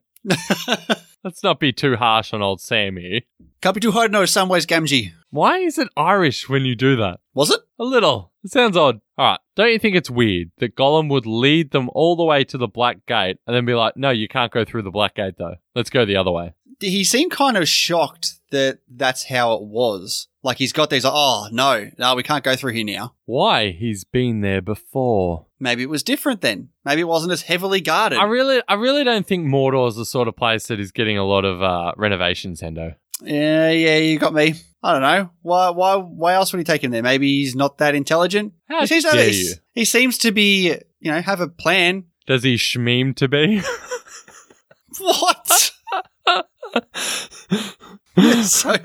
Speaker 2: Let's not be too harsh on old Sam here.
Speaker 1: Can't be too hard, no, some ways, Gamgee.
Speaker 2: Why is it Irish when you do that?
Speaker 1: Was it?
Speaker 2: A little. It sounds odd. All right. Don't you think it's weird that Gollum would lead them all the way to the Black Gate and then be like, no, you can't go through the Black Gate, though. Let's go the other way.
Speaker 1: He seemed kind of shocked that that's how it was. Like he's got these, like, oh, no, no, we can't go through here now.
Speaker 2: Why? He's been there before.
Speaker 1: Maybe it was different then. Maybe it wasn't as heavily guarded.
Speaker 2: I really, I really don't think Mordor's the sort of place that is getting a lot of uh, renovations, Hendo.
Speaker 1: yeah, yeah, you got me. I don't know. Why, why, why else would he take him there? Maybe he's not that intelligent.
Speaker 2: How
Speaker 1: he seems to have
Speaker 2: dare
Speaker 1: this-
Speaker 2: you.
Speaker 1: He seems to be, you know, have a plan.
Speaker 2: Does he shmeem to be?
Speaker 1: What? so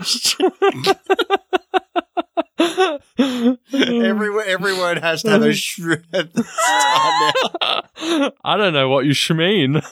Speaker 1: every every word has to have a shred at the start now.
Speaker 2: I don't know what you shmean.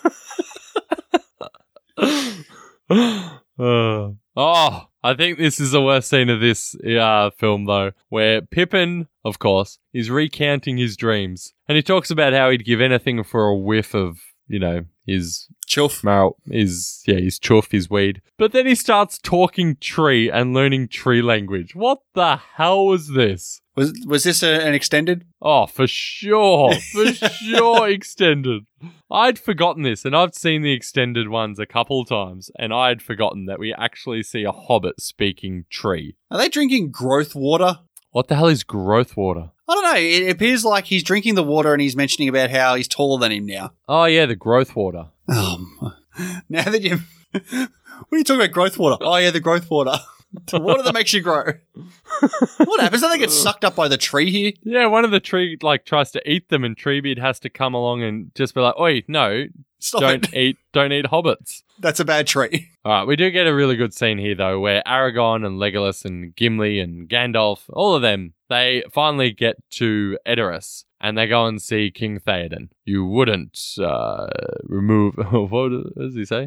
Speaker 2: Uh, oh, I think this is the worst scene of this uh, film, though, where Pippin, of course, is recounting his dreams. And he talks about how he'd give anything for a whiff of, you know, his
Speaker 1: Chuff.
Speaker 2: Mal is yeah, he's chuff, his weed. But then he starts talking tree and learning tree language. What the hell was this?
Speaker 1: Was was this a, an extended?
Speaker 2: Oh, for sure, for sure, extended. I'd forgotten this, and I've seen the extended ones a couple times, and I'd forgotten that we actually see a hobbit speaking tree.
Speaker 1: Are they drinking growth water?
Speaker 2: What the hell is growth water?
Speaker 1: I don't know. It appears like he's drinking the water and he's mentioning about how he's taller than him now.
Speaker 2: Oh yeah, the growth water.
Speaker 1: Um, now that you, what are you talking about? Growth water? Oh yeah, the growth water. The water that makes you grow. what happens? I think it's sucked up by the tree here.
Speaker 2: Yeah, one of the tree like tries to eat them, and Treebeard has to come along and just be like, "Oi, no,
Speaker 1: Stop
Speaker 2: don't
Speaker 1: it.
Speaker 2: eat, don't eat hobbits."
Speaker 1: That's a bad tree.
Speaker 2: All right, we do get a really good scene here, though, where Aragon and Legolas and Gimli and Gandalf, all of them, they finally get to Edoras and they go and see King Theoden. You wouldn't uh, remove, what does he say?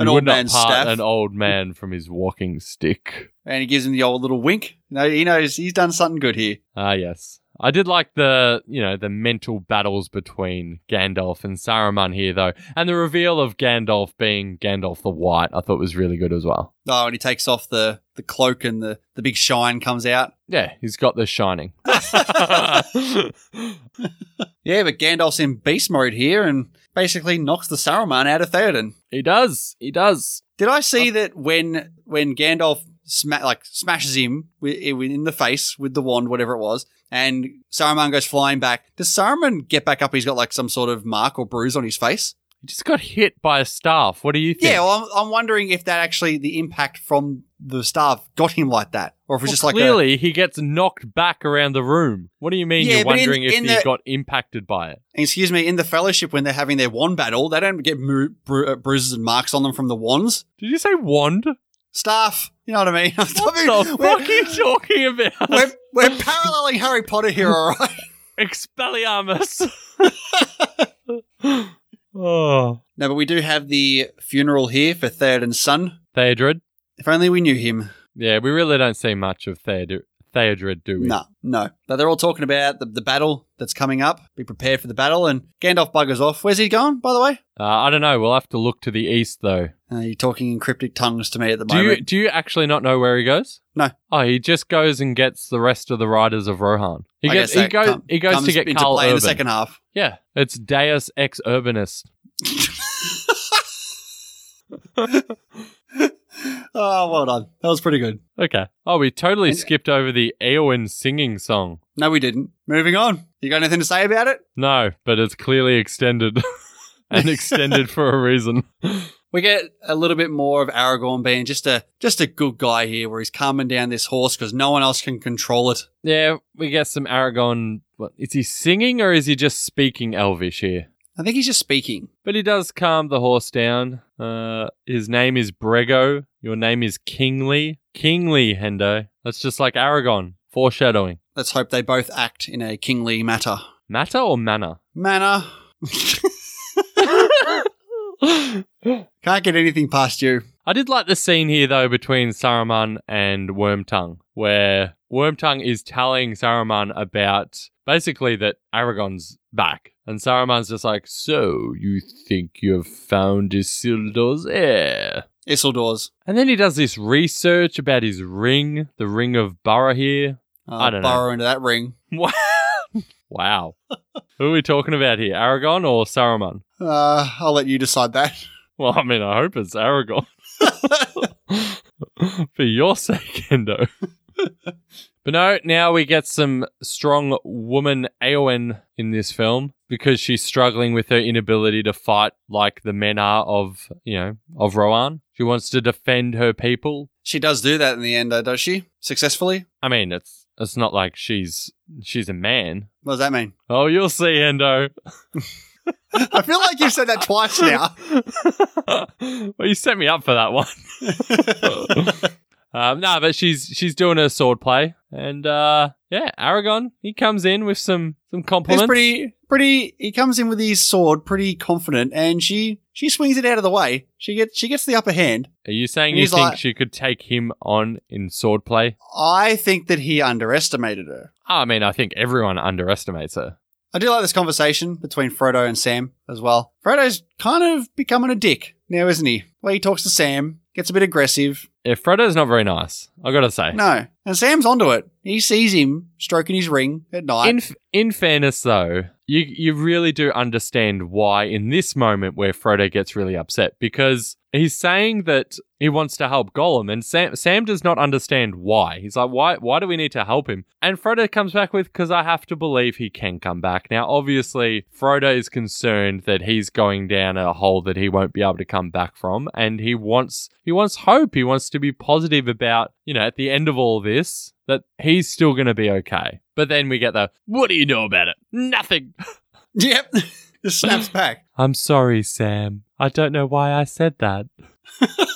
Speaker 1: An
Speaker 2: you
Speaker 1: old
Speaker 2: would not
Speaker 1: man's
Speaker 2: part
Speaker 1: staff.
Speaker 2: an old man from his walking stick.
Speaker 1: And he gives him the old little wink. No, he knows he's done something good here.
Speaker 2: Ah, yes. I did like the, you know, the mental battles between Gandalf and Saruman here, though, and the reveal of Gandalf being Gandalf the White. I thought was really good as well.
Speaker 1: Oh, and he takes off the, the cloak and the, the big shine comes out.
Speaker 2: Yeah, he's got the shining.
Speaker 1: Yeah, but Gandalf's in beast mode here and basically knocks the Saruman out of Theoden.
Speaker 2: he does. He does.
Speaker 1: Did I see
Speaker 2: Oh.
Speaker 1: that when when Gandalf sma- like smashes him wi- in the face with the wand, whatever it was, and Saruman goes flying back? Does Saruman get back up? He's got like some sort of mark or bruise on his face.
Speaker 2: He just got hit by a staff. What do you think?
Speaker 1: Yeah, well, I'm, I'm wondering if that actually the impact from the staff got him like that, or if it was
Speaker 2: Well,
Speaker 1: just like a,
Speaker 2: clearly he gets knocked back around the room. What do you mean?
Speaker 1: Yeah,
Speaker 2: You're
Speaker 1: but in-
Speaker 2: wondering if
Speaker 1: in
Speaker 2: he
Speaker 1: the-
Speaker 2: got impacted by it?
Speaker 1: excuse me, in the Fellowship when they're having their wand battle, they don't get mu- bru- uh, bruises and marks on them from the wands.
Speaker 2: Did you say wand?
Speaker 1: Staff, you know what I mean?
Speaker 2: What the fuck are you talking about?
Speaker 1: We're, we're paralleling Harry Potter here, all right?
Speaker 2: Expelliarmus. oh,
Speaker 1: No, but we do have the funeral here for Theoden's son.
Speaker 2: Theodred.
Speaker 1: If only we knew him.
Speaker 2: Yeah, we really don't see much of Theodred. Theodred, do we?
Speaker 1: No, no. But they're all talking about the, the battle that's coming up. Be prepared for the battle. And Gandalf buggers off. Where's he going, by the way?
Speaker 2: Uh, I don't know. We'll have to look to the east, though.
Speaker 1: Uh, you're talking in cryptic tongues to me at the
Speaker 2: Do you
Speaker 1: moment.
Speaker 2: do you actually not know where he goes?
Speaker 1: No.
Speaker 2: Oh, he just goes and gets the rest of the riders of Rohan. He
Speaker 1: I
Speaker 2: gets
Speaker 1: guess
Speaker 2: he
Speaker 1: that
Speaker 2: goes
Speaker 1: com-
Speaker 2: he goes
Speaker 1: comes
Speaker 2: to get
Speaker 1: into
Speaker 2: Carl
Speaker 1: play in
Speaker 2: Urban.
Speaker 1: the second half.
Speaker 2: Yeah, it's Deus ex Urbanus.
Speaker 1: Oh, well done. That was pretty good.
Speaker 2: Okay. Oh, we totally skipped over the Eowyn singing song.
Speaker 1: No, we didn't. Moving on. You got anything to say about it?
Speaker 2: No, but it's clearly extended. and extended for a reason.
Speaker 1: We get a little bit more of Aragorn being just a just a good guy here, where he's calming down this horse because no one else can control it.
Speaker 2: Yeah, we get some Aragon. What is he singing or is he just speaking Elvish here?
Speaker 1: I think he's just speaking.
Speaker 2: But he does calm the horse down. Uh, his name is Brego. Your name is Kingly. Kingly, Hendo. That's just like Aragon. Foreshadowing.
Speaker 1: Let's hope they both act in a kingly matter.
Speaker 2: Matter or manner?
Speaker 1: Manner. Can't get anything past you.
Speaker 2: I did like the scene here, though, between Saruman and Wormtongue, where Wormtongue is telling Saruman about basically that Aragon's back. And Saruman's just like, So, you think you've found Isildur's heir?
Speaker 1: Isildur's.
Speaker 2: And then he does this research about his ring, the ring of Barahir.
Speaker 1: Uh,
Speaker 2: I don't know.
Speaker 1: burrow into that ring.
Speaker 2: What? Wow. Who are we talking about here? Aragon or Saruman?
Speaker 1: Uh, I'll let you decide that.
Speaker 2: Well, I mean, I hope it's Aragon. For your sake, Endo. but no, now we get some strong woman Aowen in this film because she's struggling with her inability to fight like the men are of, you know, of Rohan. She wants to defend her people.
Speaker 1: She does do that in the end, though, does she? Successfully?
Speaker 2: I mean, it's it's not like she's she's a man.
Speaker 1: What does that mean?
Speaker 2: Oh, you'll see, Endo.
Speaker 1: I feel like you've said that twice now.
Speaker 2: well, you set me up for that one. um, no, but she's she's doing her sword play, and uh, yeah, Aragon he comes in with some some
Speaker 1: He's
Speaker 2: compliments.
Speaker 1: pretty, pretty. He comes in with his sword, pretty confident, and she she swings it out of the way. She gets she gets the upper hand.
Speaker 2: Are you saying
Speaker 1: and
Speaker 2: you
Speaker 1: he's
Speaker 2: think
Speaker 1: like-
Speaker 2: she could take him on in sword play?
Speaker 1: I think that he underestimated her.
Speaker 2: I mean, I think everyone underestimates her.
Speaker 1: I do like this conversation between Frodo and Sam as well. Frodo's kind of becoming a dick now, isn't he? Well, he talks to Sam, gets a bit aggressive.
Speaker 2: Yeah, Frodo's not very nice. I gotta say.
Speaker 1: No, and Sam's onto it. He sees him stroking his ring at night.
Speaker 2: In f- in fairness, though, you you really do understand why in this moment where Frodo gets really upset because he's saying that he wants to help Gollum, and Sam Sam does not understand why. He's like, why why do we need to help him? And Frodo comes back with, because I have to believe he can come back. Now, obviously, Frodo is concerned that he's going down a hole that he won't be able to come back from, and he wants he wants hope. He wants to be positive about you know at the end of all this that he's still going to be okay. But then we get the, what do you know about it? Nothing.
Speaker 1: yep, just snaps back.
Speaker 2: I'm sorry, Sam. I don't know why I said that.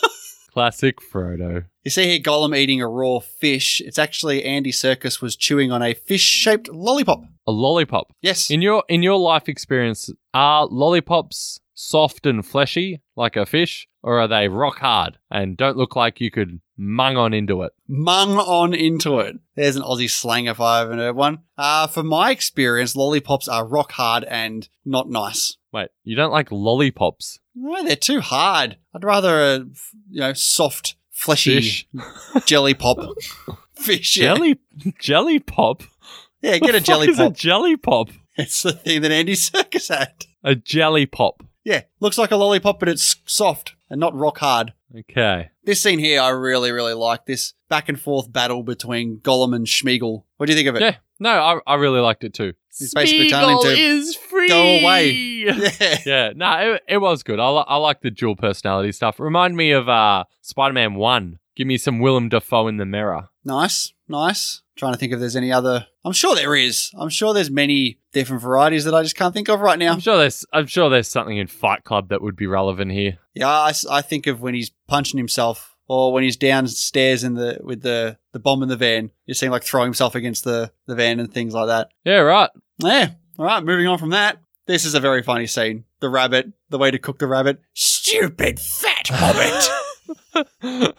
Speaker 2: Classic Frodo.
Speaker 1: You see here Gollum eating a raw fish. It's actually Andy Circus was chewing on a fish-shaped lollipop.
Speaker 2: A lollipop.
Speaker 1: Yes.
Speaker 2: In your in your life experience, are lollipops soft and fleshy like a fish, or are they rock hard and don't look like you could mung on into it?
Speaker 1: mung on into it. There's an Aussie slang if I haven't heard one. Uh, from my experience, lollipops are rock hard and not nice.
Speaker 2: Wait, you don't like lollipops?
Speaker 1: No, they're too hard. I'd rather a f- you know soft, fleshy
Speaker 2: Fish,
Speaker 1: jelly pop. Fish, yeah.
Speaker 2: jelly, jelly pop.
Speaker 1: Yeah, get a
Speaker 2: The fuck
Speaker 1: jelly
Speaker 2: is A
Speaker 1: pop.
Speaker 2: jelly pop.
Speaker 1: It's the thing that Andy Circus had.
Speaker 2: A jelly pop.
Speaker 1: Yeah, looks like a lollipop, but it's soft and not rock hard.
Speaker 2: Okay.
Speaker 1: This scene here, I really, really like this back and forth battle between Gollum and Schmeagol. What do you think of it?
Speaker 2: Yeah, no, I, I really liked it too.
Speaker 1: He's basically telling him
Speaker 2: Smeagol
Speaker 1: to
Speaker 2: is free.
Speaker 1: go away. yeah.
Speaker 2: Yeah, no, it, it was good. I, li- I like the dual personality stuff. Remind me of uh, Spider Man 1. Give me some Willem Dafoe in the mirror.
Speaker 1: Nice, nice. Trying to think if there's any other. I'm sure there is. I'm sure there's many different varieties that I just can't think of right now.
Speaker 2: I'm sure there's I'm sure there's something in Fight Club that would be relevant here.
Speaker 1: Yeah, I, s- I think of when he's punching himself or when he's downstairs in the with the the bomb in the van. You're seeing like throw himself against the the van and things like that.
Speaker 2: Yeah, right.
Speaker 1: Yeah. All right. Moving on from that. This is a very funny scene. The rabbit. The way to cook the rabbit. Stupid fat hobbit.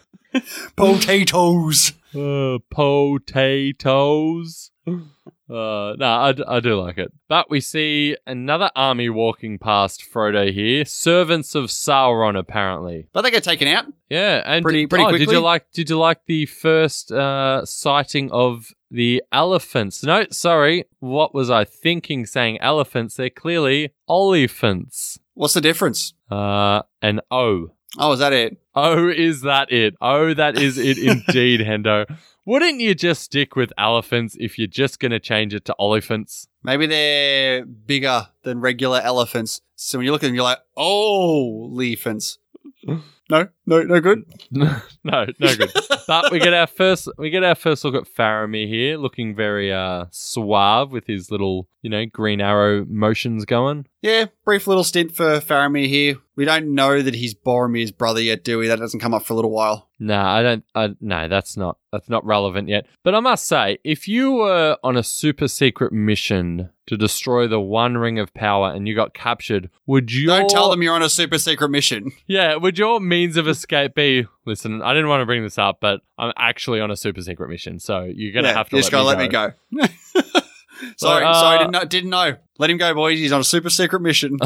Speaker 1: Potatoes.
Speaker 2: Uh, potatoes. Uh, no, I, d- I do like it. But we see another army walking past Frodo here. Servants of Sauron, apparently.
Speaker 1: But they get taken out.
Speaker 2: Yeah, and
Speaker 1: Pretty-
Speaker 2: did,
Speaker 1: pretty
Speaker 2: oh, did
Speaker 1: quickly.
Speaker 2: you like did you like the first uh, sighting of the elephants? No, sorry, what was I thinking? Saying elephants? They're clearly olifants.
Speaker 1: What's the difference?
Speaker 2: Uh, an O.
Speaker 1: Oh, is that it?
Speaker 2: Oh, is that it? Oh, that is it indeed, Hendo. Wouldn't you just stick with elephants if you're just gonna change it to olifants?
Speaker 1: Maybe they're bigger than regular elephants. So when you look at them, you're like, oh, elephants. No, no, no good.
Speaker 2: no, no good. but we get our first we get our first look at Faramir here, looking very uh suave with his little you know green arrow motions going.
Speaker 1: Yeah, brief little stint for Faramir here. We don't know that he's Boromir's brother yet, do we? That doesn't come up for a little while.
Speaker 2: Nah, I don't. I, no, that's not that's not relevant yet. But I must say, if you were on a super secret mission to destroy the One Ring of Power and you got captured, would you
Speaker 1: Don't tell them you're on a super secret mission.
Speaker 2: Yeah, would your means of escape be? Listen, I didn't want to bring this up, but I'm actually on a super secret mission, so you're gonna
Speaker 1: Yeah,
Speaker 2: have to
Speaker 1: you just gotta
Speaker 2: let me go.
Speaker 1: let me go. sorry,
Speaker 2: But, uh,
Speaker 1: sorry, didn't know, didn't know. Let him go, boys. He's on a super secret mission.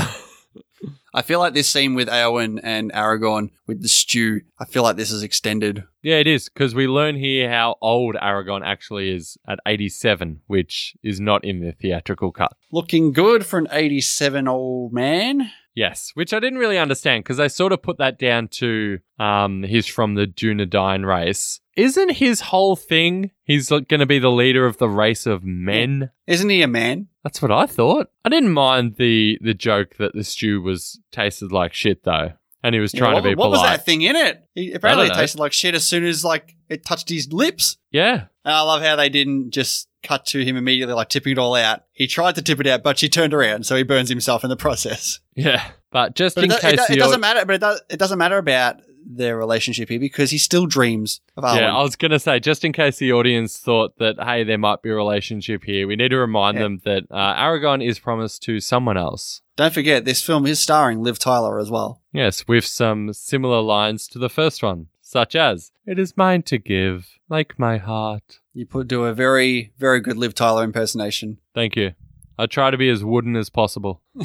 Speaker 1: I feel like this scene with Eowyn and Aragorn with the stew, I feel like this is extended.
Speaker 2: Yeah, it is because we learn here how old Aragon actually is at 87, which is not in the theatrical cut.
Speaker 1: Looking good for an 87 old man.
Speaker 2: Yes, which I didn't really understand because I sort of put that down to um, he's from the Dunedain race. Isn't his whole thing he's going to be the leader of the race of men?
Speaker 1: Isn't he a man?
Speaker 2: That's what I thought. I didn't mind the the joke that the stew was tasted like shit though, and he was trying
Speaker 1: Yeah, what,
Speaker 2: to be
Speaker 1: what
Speaker 2: polite.
Speaker 1: was that thing in it? He, apparently, it
Speaker 2: know.
Speaker 1: tasted like shit as soon as like it touched his lips.
Speaker 2: Yeah,
Speaker 1: And I love how they didn't just cut to him immediately, like tipping it all out. He tried to tip it out, but she turned around, so he burns himself in the process.
Speaker 2: yeah. But just
Speaker 1: But it,
Speaker 2: in
Speaker 1: do- it,
Speaker 2: case
Speaker 1: do- it
Speaker 2: you
Speaker 1: doesn't matter. But it, does, it doesn't matter about their relationship here because he still dreams of Arwen.
Speaker 2: Yeah, I was going to say, just in case the audience thought that, hey, there might be a relationship here, we need to remind
Speaker 1: Yeah.
Speaker 2: them that uh, Aragon is promised to someone else.
Speaker 1: Don't forget, this film is starring Liv Tyler as well.
Speaker 2: Yes, with some similar lines to the first one, such as, It is mine to give, like my heart.
Speaker 1: You put do a very, very good Liv Tyler impersonation.
Speaker 2: Thank you. I try to be as wooden as possible.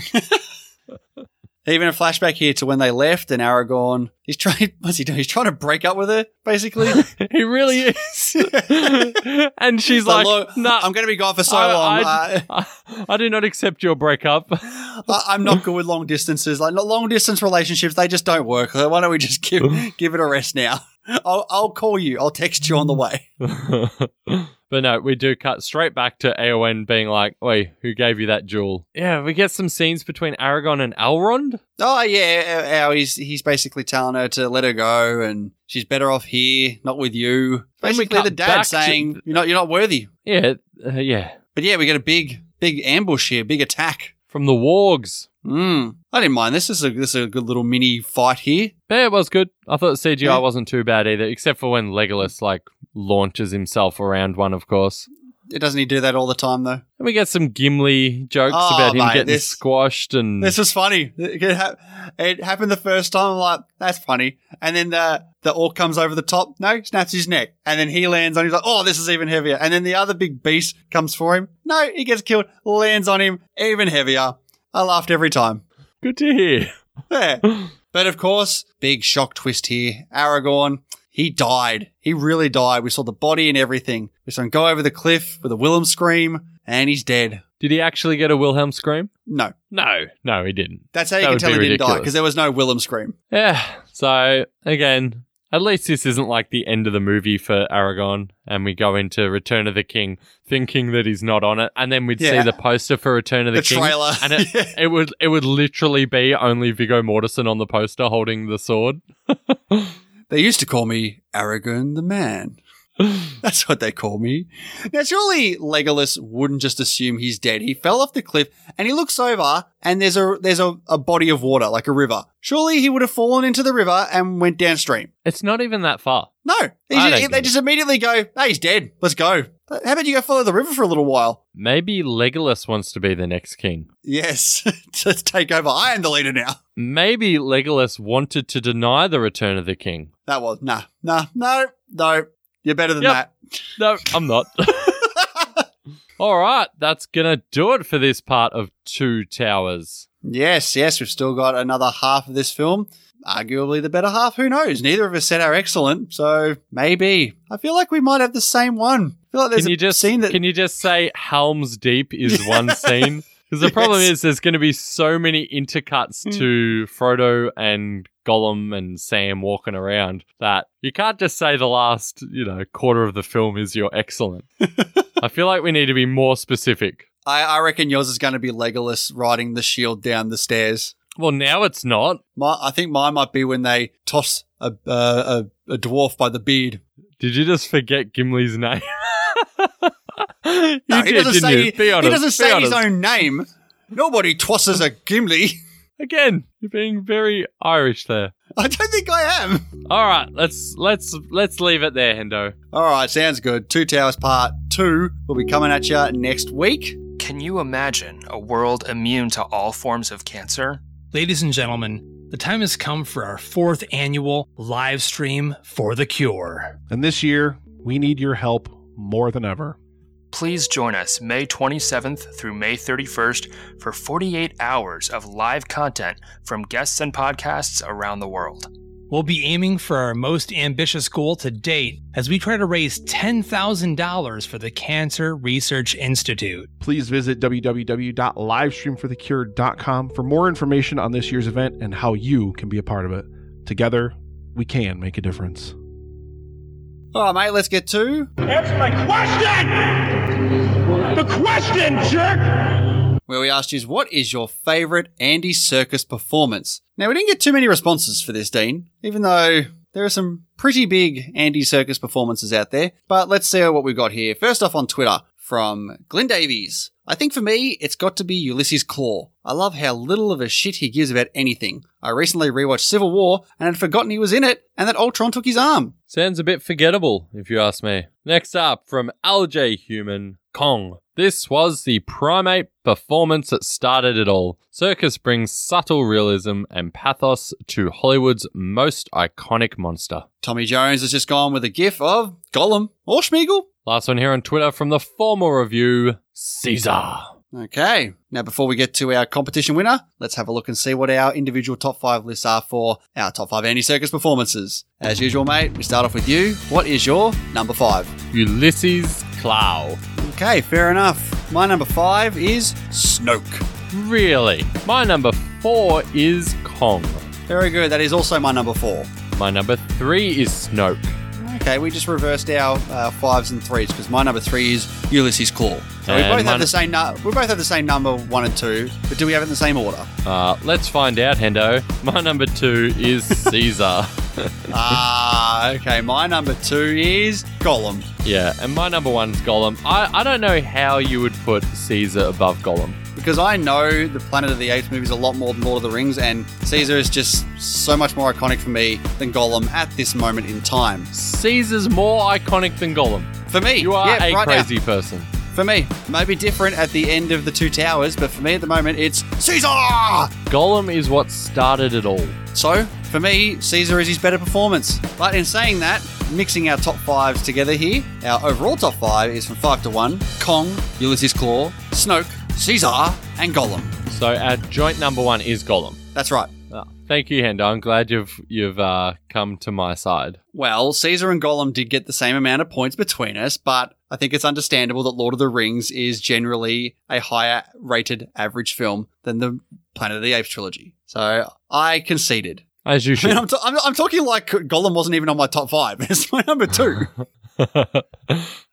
Speaker 1: Even a flashback here to when they left and Aragorn. He's trying. What's he doing? He's trying to break up with her, basically.
Speaker 2: he really is. and she's
Speaker 1: So
Speaker 2: like,
Speaker 1: look,
Speaker 2: "No,
Speaker 1: I'm going to be gone for so
Speaker 2: I-
Speaker 1: long.
Speaker 2: I-
Speaker 1: I,
Speaker 2: I, I do not accept your breakup.
Speaker 1: I, I'm not good with long distances. Like not long distance relationships, they just don't work. Like, Why don't we just give give it a rest now? I'll, I'll call you. I'll text you on the
Speaker 2: Mm.
Speaker 1: way.
Speaker 2: but no, we do cut straight back to Aowen being like, "Wait, who gave you that jewel?" Yeah, we get some scenes between Aragon and Elrond.
Speaker 1: Oh yeah, how he's he's basically telling her to let her go, and she's better off here, not with you.
Speaker 2: Then we
Speaker 1: Basically,
Speaker 2: cut
Speaker 1: the dad
Speaker 2: back to-
Speaker 1: saying you're not you're not worthy.
Speaker 2: Yeah, uh, yeah,
Speaker 1: But yeah, we get a big big ambush here, big attack.
Speaker 2: from the Wargs.
Speaker 1: Mm. I didn't mind this. This is a this is a good little mini fight here.
Speaker 2: Yeah, it was good. I thought the CGI
Speaker 1: Yeah.
Speaker 2: wasn't too bad either, except for when Legolas like launches himself around one, of course.
Speaker 1: It doesn't he do that all the time though?
Speaker 2: And we get some Gimli jokes
Speaker 1: Oh,
Speaker 2: about him
Speaker 1: mate,
Speaker 2: getting
Speaker 1: this-
Speaker 2: squashed and
Speaker 1: This was funny. It, could hap- it happened the first time. I'm like, that's funny. And then the the orc comes over the top. No, snaps his neck. And then he lands on. He's like, oh, this is even heavier. And then the other big beast comes for him. No, he gets killed. Lands on him, even heavier. I laughed every time.
Speaker 2: good to hear.
Speaker 1: Yeah. but of course, big shock twist here. Aragorn, he died. He really died. We saw the body and everything. We saw him go over the cliff with a Willem scream, and he's dead.
Speaker 2: Did he actually get a Wilhelm scream?
Speaker 1: No,
Speaker 2: No, no, he didn't.
Speaker 1: that's how you
Speaker 2: That
Speaker 1: can
Speaker 2: would
Speaker 1: tell
Speaker 2: be
Speaker 1: he didn't die
Speaker 2: ridiculous.
Speaker 1: because there was no Willem scream.
Speaker 2: Yeah. So again, at least this isn't like the end of the movie for Aragon, and we go into Return of the King thinking that he's not on it, and then we'd
Speaker 1: Yeah.
Speaker 2: see the poster for Return of the,
Speaker 1: The
Speaker 2: King,
Speaker 1: trailer.
Speaker 2: and it,
Speaker 1: Yeah.
Speaker 2: it would it would literally be only Viggo Mortensen on the poster holding the sword.
Speaker 1: They used to call me Aragorn the Man. That's what they call me. Now, surely Legolas wouldn't just assume he's dead. He fell off the cliff and he looks over and there's a there's a, a body of water, like a river. Surely he would have fallen into the river and went downstream.
Speaker 2: It's not even that far.
Speaker 1: No. They
Speaker 2: I
Speaker 1: just,
Speaker 2: don't
Speaker 1: they
Speaker 2: get
Speaker 1: just immediately go, hey, he's dead. Let's go. How about you go follow the river for a little while?
Speaker 2: Maybe Legolas wants to be the next king.
Speaker 1: Yes. Let's take over. I am the leader now.
Speaker 2: Maybe Legolas wanted to deny the return of the king.
Speaker 1: That was, nah, nah, no, no. You're better than
Speaker 2: Yep.
Speaker 1: that.
Speaker 2: No, I'm not. All right, that's going to do it for this part of Two Towers.
Speaker 1: Yes, yes, we've still got another half of this film. Arguably the better half, who knows? Neither of us said are excellent, so maybe. I feel like we might have the same one. I feel like there's
Speaker 2: can you
Speaker 1: a
Speaker 2: just
Speaker 1: scene that
Speaker 2: can you just say Helms Deep is one scene? Because the problem
Speaker 1: Yes. Hmm.
Speaker 2: is there's going to be so many intercuts to Frodo and Gollum and Sam walking around that you can't just say the last you know quarter of the film is your excellent. I feel like we need to be more specific.
Speaker 1: I, I reckon yours is going to be Legolas riding the shield down the stairs.
Speaker 2: Well, now it's not.
Speaker 1: My, I think mine might be when they toss a, uh, a a dwarf by the beard.
Speaker 2: Did you just forget Gimli's name? you
Speaker 1: No, he
Speaker 2: did,
Speaker 1: doesn't
Speaker 2: didn't
Speaker 1: say
Speaker 2: you? Be honest.
Speaker 1: he doesn't
Speaker 2: be
Speaker 1: say his
Speaker 2: honest.
Speaker 1: own name. Nobody tosses a Gimli.
Speaker 2: Again, you're being very Irish there.
Speaker 1: I don't think I am.
Speaker 2: All right, let's let's let's leave it there, Hendo.
Speaker 1: All right, sounds good. Two Towers Part Two will be coming at you next week.
Speaker 6: Can you imagine a world immune to all forms of cancer?
Speaker 7: Ladies and gentlemen, the time has come for our fourth annual live stream for the cure.
Speaker 8: And this year, we need your help more than ever.
Speaker 6: please join us May 27th through May 31st for 48 hours of live content from guests and podcasts around the world.
Speaker 7: We'll be aiming for our most ambitious goal to date as we try to raise $10,000 for the Cancer Research Institute.
Speaker 8: Please visit www.livestreamforthecure.com for more information on this year's event and how you can be a part of it. Together, we can make a difference.
Speaker 1: All right, mate, let's get to.
Speaker 9: Answer my question! The question, jerk!
Speaker 1: where we asked you what is your favourite Andy Circus performance? Now we didn't get too many responses for this, Dean, even though there are some pretty big Andy Circus performances out there. But let's see what we've got here. First off on Twitter from Glenn Davies. I think for me, it's got to be Ulysses Claw. I love how little of a shit he gives about anything. I recently rewatched Civil War and had forgotten he was in it, and that Ultron took his arm.
Speaker 2: Sounds a bit forgettable, if you ask me. Next up, from LJ Human Kong. This was the primate performance that started it all. Circus brings subtle realism and pathos to Hollywood's most iconic monster.
Speaker 1: Tommy Jones has just gone with a gif of Gollum or Schmeagle.
Speaker 2: Last one here on Twitter from the formal review Caesar.
Speaker 1: Okay. Now, before we get to our competition winner, let's have a look and see what our individual top five lists are for our top five Andy Circus performances. As usual, mate, we start off with you. What is your number five?
Speaker 2: Ulysses Clow.
Speaker 1: Okay, fair enough. My number five is Snoke.
Speaker 2: Really? My number four is Kong.
Speaker 1: Very good. That is also my number four.
Speaker 2: My number three is Snoke.
Speaker 1: Okay, we just reversed our uh, fives and threes because my number three is Ulysses Claw. So we
Speaker 2: And
Speaker 1: both
Speaker 2: my-
Speaker 1: have the same. Nu- we both have the same number one and two, but do we have it in the same order?
Speaker 2: Uh, let's find out, Hendo. My number two is Caesar.
Speaker 1: Ah, okay. My number two is Gollum.
Speaker 2: yeah, and my number one's Gollum. I, I don't know how you would put Caesar above Gollum.
Speaker 1: because I know the Planet of the Apes movies a lot more than Lord of the Rings, and Caesar is just so much more iconic for me than Gollum at this moment in time.
Speaker 2: Caesar's more iconic than Gollum.
Speaker 1: For me,
Speaker 2: You are
Speaker 1: yeah,
Speaker 2: a
Speaker 1: right now.
Speaker 2: crazy person.
Speaker 1: For me, maybe different at the end of the Two Towers, but for me at the moment, it's Caesar.
Speaker 2: Gollum is what started it all.
Speaker 1: So for me, Caesar is his better performance. But in saying that, mixing our top fives together here, our overall top five is from five to one: Kong, Ulysses Claw, Snoke, Caesar, and Gollum.
Speaker 2: So our joint number one is Gollum.
Speaker 1: That's right.
Speaker 2: Ah, thank you, Hendo. I'm glad you've you've uh, come to my side.
Speaker 1: Well, Caesar and Gollum did get the same amount of points between us, but I think it's understandable that Lord of the Rings is generally a higher rated average film than the Planet of the Apes trilogy. So I conceded.
Speaker 2: As you
Speaker 1: I
Speaker 2: should.
Speaker 1: mean, I'm, t- I'm, I'm talking like Gollum wasn't even on my top five. It's my number two.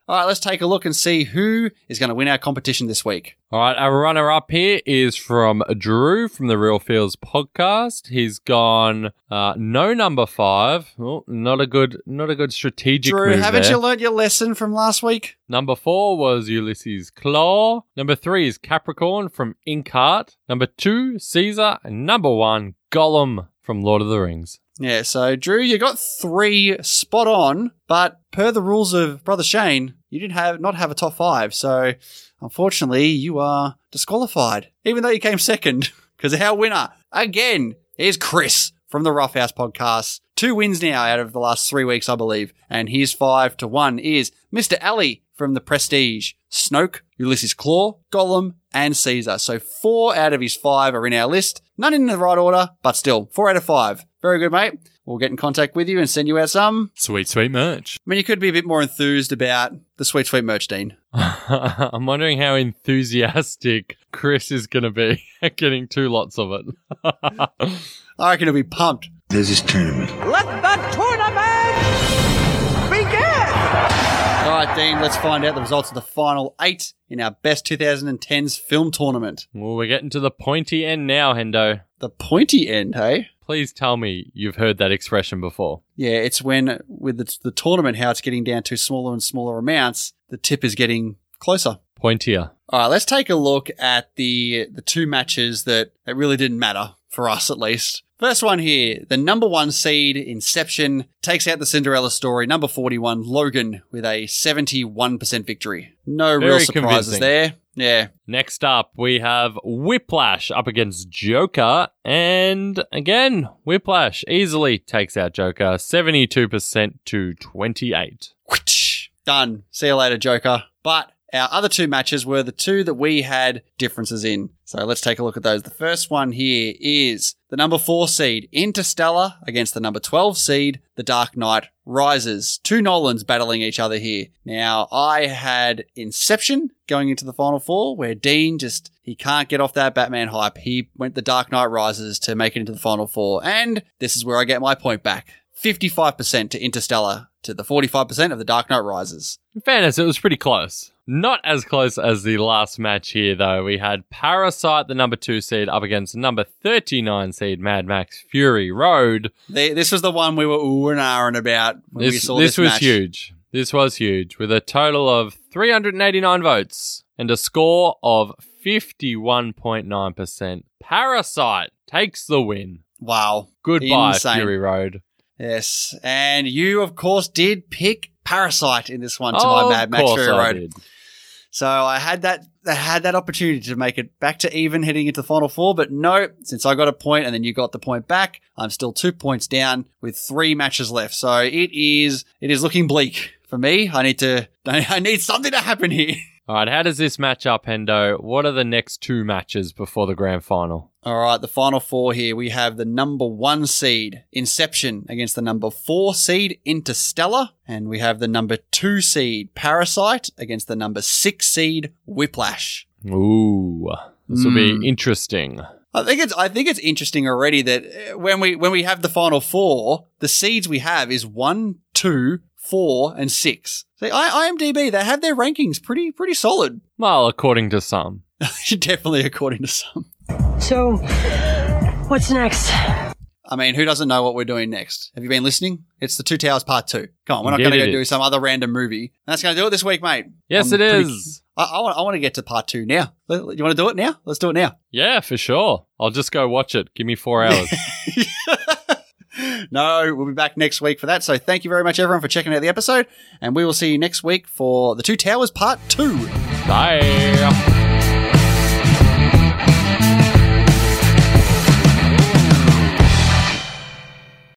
Speaker 1: All right, let's take a look and see who is going to win our competition this week.
Speaker 2: All right, our runner up here is from Drew from the Real Feels podcast. He's gone uh, no number five. Oh, not a good, not a good strategic
Speaker 1: Drew,
Speaker 2: move
Speaker 1: haven't
Speaker 2: there.
Speaker 1: you learnt your lesson from last week?
Speaker 2: number four was Ulysses Claw. Number three is Capricorn from Inkheart. Number two, Caesar, and number one, Gollum from Lord of the Rings.
Speaker 1: Yeah, so Drew, you got three spot on, but per the rules of Brother Shane, you did have not have a top five, so unfortunately you are disqualified, even though you came second. Because our winner again is Chris from the Roughhouse podcast. Two wins now out of the last three weeks, I believe, and his five to one is Mr. Ali from the Prestige, Snoke, Ulysses Claw, Gollum, and Caesar. So four out of his five are in our list. None in the right order, but still four out of five. Very good, mate. We'll get in contact with you and send you out some.
Speaker 2: Sweet, sweet merch.
Speaker 1: I mean, you could be a bit more enthused about the sweet, sweet merch, Dean.
Speaker 2: I'm wondering how enthusiastic Chris is going to be at getting two lots of it.
Speaker 1: I reckon he'll be pumped.
Speaker 5: There's this tournament.
Speaker 9: Let the tournament begin!
Speaker 1: All right, Dean, let's find out the results of the final eight in our best 2010s film tournament.
Speaker 2: well, we're getting to the pointy end now, Hendo.
Speaker 1: The pointy end, hey?
Speaker 2: Please tell me you've heard that expression before.
Speaker 1: Yeah, it's when with the, the tournament, how it's getting down to smaller and smaller amounts, the tip is getting closer.
Speaker 2: Pointier.
Speaker 1: All right, let's take a look at the the two matches that that really didn't matter for us, at least. First one here, the number one seed Inception takes out the Cinderella story, number forty-one Logan with a seventy-one percent victory. No real
Speaker 2: Very
Speaker 1: surprises
Speaker 2: convincing.
Speaker 1: there. Yeah,
Speaker 2: Next up, we have Whiplash up against Joker. And again, Whiplash easily takes out Joker 72% to 28.
Speaker 1: Whoosh. done. See you later, Joker. But Our other two matches were the two that we had differences in. So let's take a look at those. The first one here is the number four seed Interstellar against the number 12 seed The Dark Knight Rises. Two Nolans battling each other here. Now, I had Inception going into the final four where Dean just, he can't get off that Batman hype. He went The Dark Knight Rises to make it into the final four. And this is where I get my point back 55% to Interstellar to the 45% of The Dark Knight Rises.
Speaker 2: In fairness, it was pretty close. Not as close as the last match here, though. We had Parasite, the number two seed, up against the number 39 seed, Mad Max Fury Road.
Speaker 1: They, this was the one we were ooh and ahhing about when we
Speaker 2: This,
Speaker 1: saw
Speaker 2: this
Speaker 1: this,
Speaker 2: was
Speaker 1: match.
Speaker 2: huge. This was huge, with a total of 389 votes and a score of 51.9%. Parasite takes the win.
Speaker 1: Wow.
Speaker 2: Goodbye,
Speaker 1: Insane.
Speaker 2: Fury Road.
Speaker 1: Yes. And you, of course, did pick Parasite in this one to
Speaker 2: Of
Speaker 1: my Mad Max
Speaker 2: course
Speaker 1: Fury
Speaker 2: I
Speaker 1: Road.
Speaker 2: did.
Speaker 1: So I had that I had that opportunity to make it back to even heading into the final four, but no, since I got a point and then you got the point back, I'm still two points down with three matches left. So it is it is looking bleak for me. I need to I need something to happen here.
Speaker 2: All right, how does this match up, Hendo? What are the next two matches before the grand final?
Speaker 1: All right, the final four here. We have the number one seed, Inception, against the number four seed, Interstellar. And we have the number two seed, Parasite, against the number six seed, Whiplash.
Speaker 2: Ooh, this will
Speaker 1: Hmm.
Speaker 2: be interesting.
Speaker 1: I think it's I think it's interesting already that uh, when we when we have the final four, the seeds we have is one, two, four, and six. So I, IMDb they have their rankings pretty pretty solid.
Speaker 2: Well, according to some.
Speaker 1: Definitely according to some.
Speaker 9: So, what's next?
Speaker 1: I mean, who doesn't know what we're doing next? Have you been listening? It's the Two Towers Part Two. Come on, we're not
Speaker 2: Indeed
Speaker 1: going to
Speaker 2: it
Speaker 1: go do
Speaker 2: is.
Speaker 1: some other random movie. That's going to do it this week, mate.
Speaker 2: Yes,
Speaker 1: I'm
Speaker 2: it
Speaker 1: pretty-
Speaker 2: is.
Speaker 1: I, I, want, I want to get to Part Two now. Let- let- You want to do it now? Let's do it now.
Speaker 2: Yeah, for sure. I'll just go watch it. Give me four hours.
Speaker 1: no, we'll be back next week for that. So thank you very much, everyone, for checking out the episode, and we will see you next week for the Two Towers Part Two.
Speaker 2: Bye.